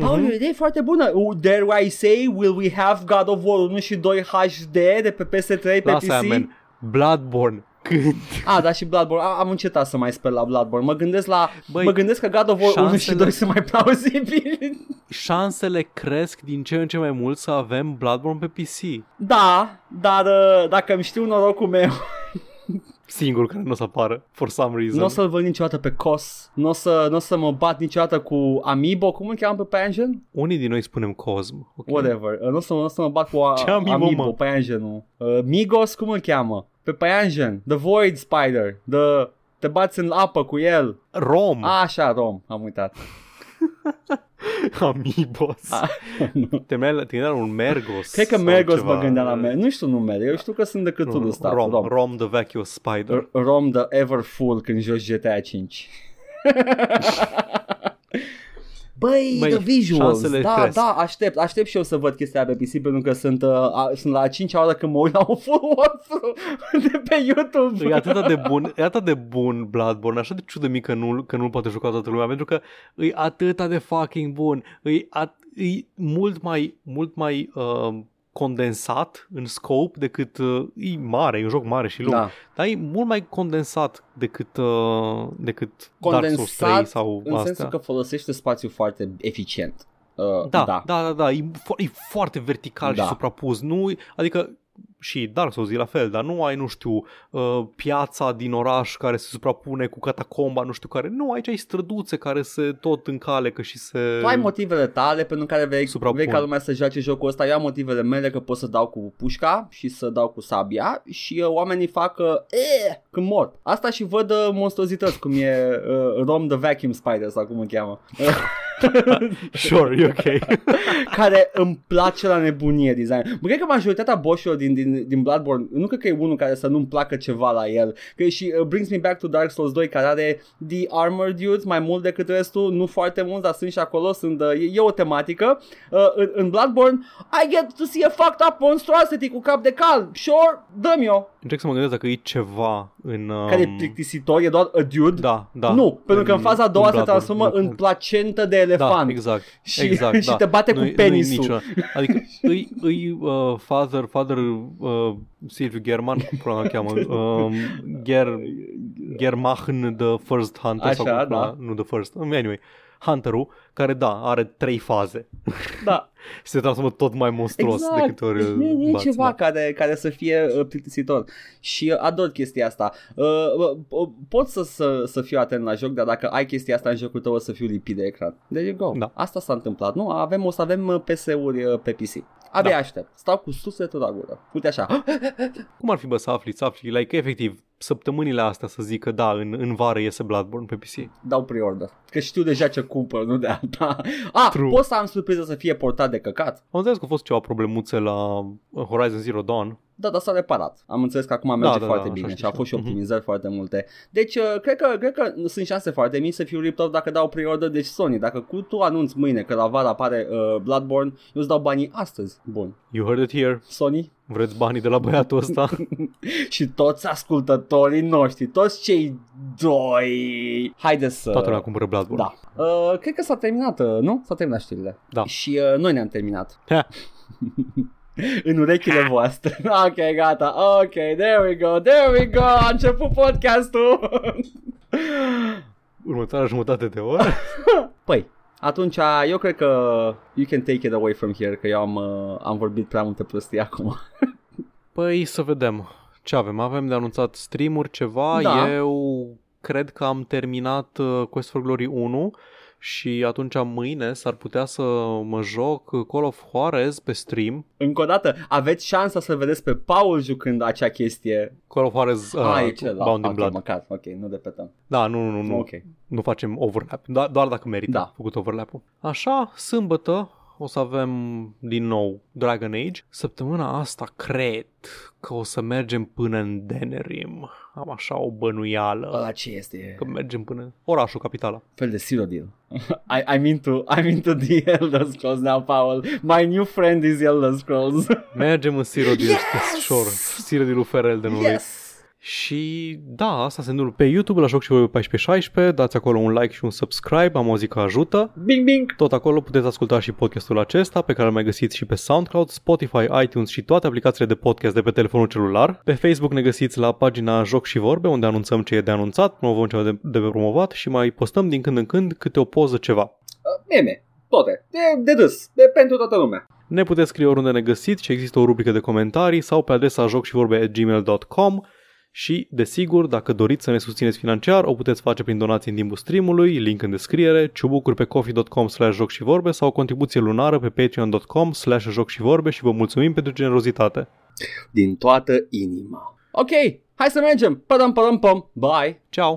S1: Paul, e o idee foarte bună. U- Dare I say, will we have God of War 1 și 2 HD de pe PS3 pe
S2: Lasă aia,
S1: PC?
S2: man. Bloodborne, când
S1: A, da, și Bloodborne. A, am încetat să mai sper la Bloodborne. Mă gândesc la...
S2: Băi,
S1: mă gândesc că God of War 1 și
S2: șansele-
S1: 2 sunt mai plauzibili.
S2: șansele cresc din ce în ce mai mult să avem Bloodborne pe PC.
S1: da, dar uh, dacă îmi știu norocul meu,
S2: singur care nu o să apară, for some reason.
S1: Nu o să-l văd niciodată pe COS, nu o să, n-o să mă bat niciodată cu Amiibo, cum îl cheamă pe Pangen?
S2: Unii din noi spunem Cosm. Okay?
S1: Whatever, nu o să, n-o să mă bat cu a,
S2: Ce
S1: Amiibo,
S2: Amiibo,
S1: Amiibo
S2: mă?
S1: Pangenul. Uh, Migos, cum îl cheamă? Pe Pangen, The Void Spider, the, te bați în apă cu el.
S2: Rom.
S1: Așa, Rom, am uitat.
S2: Amibos.
S1: A,
S2: Te mai te gândeai la un Mergos.
S1: Cred că
S2: sau
S1: Mergos
S2: ceva.
S1: mă gândea la mine. Nu știu numele, eu știu că sunt decât
S2: Nu,
S1: unul
S2: nu,
S1: ăsta.
S2: Rom,
S1: Rom.
S2: Rom, Rom the Vacuous Spider.
S1: R- Rom the Ever Fool când joci GTA 5. Băi,
S2: Băi,
S1: Băi, the visuals,
S2: șansele
S1: da,
S2: cresc.
S1: da, aștept, aștept și eu să văd chestia pe PC pentru că sunt, uh, a, sunt la a cincea oară când mă uit la un full walkthrough de pe YouTube.
S2: E atât de bun, e atât de bun Bloodborne, așa de ciudă mică că nu, că nu-l poate juca toată lumea, pentru că e atât de fucking bun, e, at, e mult mai, mult mai uh, condensat în scope decât, uh, e mare, e un joc mare și lung, da.
S1: Da.
S2: dar e mult mai condensat decât, uh, decât Dark Souls
S1: Condensat
S2: 3 sau
S1: În
S2: astea.
S1: sensul că folosește spațiu foarte eficient. Uh,
S2: Da,
S1: da.
S2: da, da, da, da. E, fo- e foarte vertical da.
S1: Da.
S2: și suprapus. Nu, adică și Dark Souls e la fel, dar nu ai, nu știu, uh, piața din oraș care se suprapune cu catacomba, nu știu care. Nu, aici ai străduțe care se tot încalecă și se...
S1: Tu ai motivele tale pentru care vei,
S2: Suprapun.
S1: vei ca lumea să joace jocul ăsta, eu am motivele mele că pot să dau cu pușca și să dau cu sabia și uh, oamenii fac uh, e, când mor. Asta și văd uh, monstruozități cum e uh, Rom the Vacuum Spider sau cum îl cheamă,
S2: Sure, e ok.
S1: care îmi place la nebunie design. Mă cred că majoritatea boșilor din, din, din Bloodborne, nu cred că e unul care să nu-mi placă ceva la el. Că e și uh, Brings Me Back to Dark Souls 2 care are The Armor Dudes mai mult decât restul, nu foarte mulți, dar sunt și acolo, sunt, uh, e, e o tematică. Uh, în, în Bloodborne, I get to see a fucked up monstrosity cu cap de cal. Sure, dă-mi-o.
S2: Încerc să mă gândesc dacă e ceva în... Um...
S1: Care e plictisitor, e doar a dude.
S2: Da, da.
S1: Nu, pentru că în faza a doua se
S2: Bloodborne,
S1: transformă în placentă de elefant.
S2: Da, exact.
S1: Și-
S2: exact,
S1: și
S2: da.
S1: te bate cu
S2: Nu-i- nu-i
S1: penisul.
S2: niciuna. Adică îi, îi uh, father, father uh, Silviu German, cum pula mea cheamă, um, Ger, Germachn the First Hunter. sau
S1: Așa,
S2: cum pula-
S1: da.
S2: Nu the First, um, anyway. Hunterul, care da, are trei faze.
S1: da.
S2: Și se transformă tot mai monstruos de câte ori
S1: Deci nu, nu e
S2: bați,
S1: ceva
S2: da.
S1: care, care să fie uh, plictisitor și uh, ador chestia asta. Uh, uh, uh, pot să, să, să fiu atent la joc, dar dacă ai chestia asta în jocul tău o să fiu lipit de ecran. There you go.
S2: Da.
S1: Asta s-a întâmplat, nu? Avem, o să avem uh, PS-uri uh, pe PC. Abia
S2: Da.
S1: aștept. Stau cu sufletul la gură. Uite așa.
S2: Cum ar fi bă să afli, să afli, like, efectiv, săptămânile astea să zic că da, în, în vară iese Bloodborne pe PC.
S1: dau pre-order. Că știu deja ce cumpăr, nu de alta. A,
S2: True.
S1: pot să am surpriză să fie portat de căcat?
S2: Am înțeles că au fost ceva problemuțe la uh, Horizon Zero Dawn,
S1: Da, dar s-a reparat. Am înțeles că acum merge
S2: da, da,
S1: foarte
S2: așa
S1: bine
S2: știu
S1: și au
S2: și eu.
S1: fost și
S2: Mhm.
S1: optimizări foarte multe. Deci, uh, cred că, cred că sunt șanse foarte mici să fiu ripped off dacă dau pre-order. Deci, Sony, dacă cu tu anunți mâine că la vară apare uh, Bloodborne, eu îți dau banii astăzi. Bun.
S2: You heard it here.
S1: Sony
S2: Vreți banii de la băiatul ăsta?
S1: și toți ascultătorii noștri, toți cei doi, haideți să...
S2: Toată lumea cumpără Bloodborne.
S1: Da. Uh, cred că s-a terminat, uh, nu? S-a terminat știrile.
S2: Da.
S1: Și uh, noi ne-am terminat.
S2: Ha.
S1: În urechile voastre. ok, gata. Ok, there we go, there we go. A început podcastul.
S2: Următoarea jumătate de oră.
S1: păi, atunci eu cred că you can take it away from here, că eu am, uh, am vorbit prea multe prostii acum.
S2: Păi să vedem ce avem. Avem de anunțat streamuri ceva.
S1: Da.
S2: Eu cred că am terminat uh, Quest for Glory 1 și atunci mâine s-ar putea să mă joc Call of Juarez pe stream.
S1: Încă o dată, aveți șansa să vedeți pe Paul jucând acea chestie.
S2: Call of Juarez uh,
S1: ah, e
S2: cu
S1: celălalt.
S2: Bound in
S1: Ok,
S2: Blood.
S1: măcar. Ok, nu repetăm.
S2: Da, nu, nu, nu, nu,
S1: Ok.
S2: nu facem overlap. Da, doar dacă merită
S1: Da.
S2: făcut overlap-ul. Așa, sâmbătă o să avem din nou Dragon Age. Săptămâna asta cred că o să mergem până în Denerim. Am așa o bănuială.
S1: Ăla ce este?
S2: Că mergem până... Orașul, capitala.
S1: fel de Cyrodiil. I, I'm into, I'm into the Elder Scrolls now, Paul. My new friend is Elder Scrolls.
S2: Mergem în Sirodil,
S1: Yes!
S2: sure. Sirodilul Ferel de noi.
S1: yes!
S2: Și da, asta se întâmplă pe YouTube, la Joc și Voi 1416. Dați acolo un like și un subscribe, am o zi că ajută.
S1: Bing, bing!
S2: Tot acolo puteți asculta și podcastul acesta, pe care îl mai găsiți și pe SoundCloud, Spotify, iTunes și toate aplicațiile de podcast de pe telefonul celular. Pe Facebook ne găsiți la pagina Joc și Vorbe, unde anunțăm ce e de anunțat, promovăm ceva de, de promovat și mai postăm din când în când câte o poză ceva.
S1: Uh, Meme, toate. De, de dus. De pentru toată lumea.
S2: Ne puteți scrie oriunde ne găsiți și există o rubrică de comentarii sau pe adresa joc și vorbe gmail.com și, desigur, dacă doriți să ne susțineți financiar, o puteți face prin donații în timpul streamului, link în descriere, ciubucuri pe coffee.com slash joc și vorbe sau o contribuție lunară pe patreon.com slash joc și vorbe și vă mulțumim pentru generozitate.
S1: Din toată inima. Ok, hai să mergem. Pădăm, pădăm, pom. Bye!
S2: Ciao!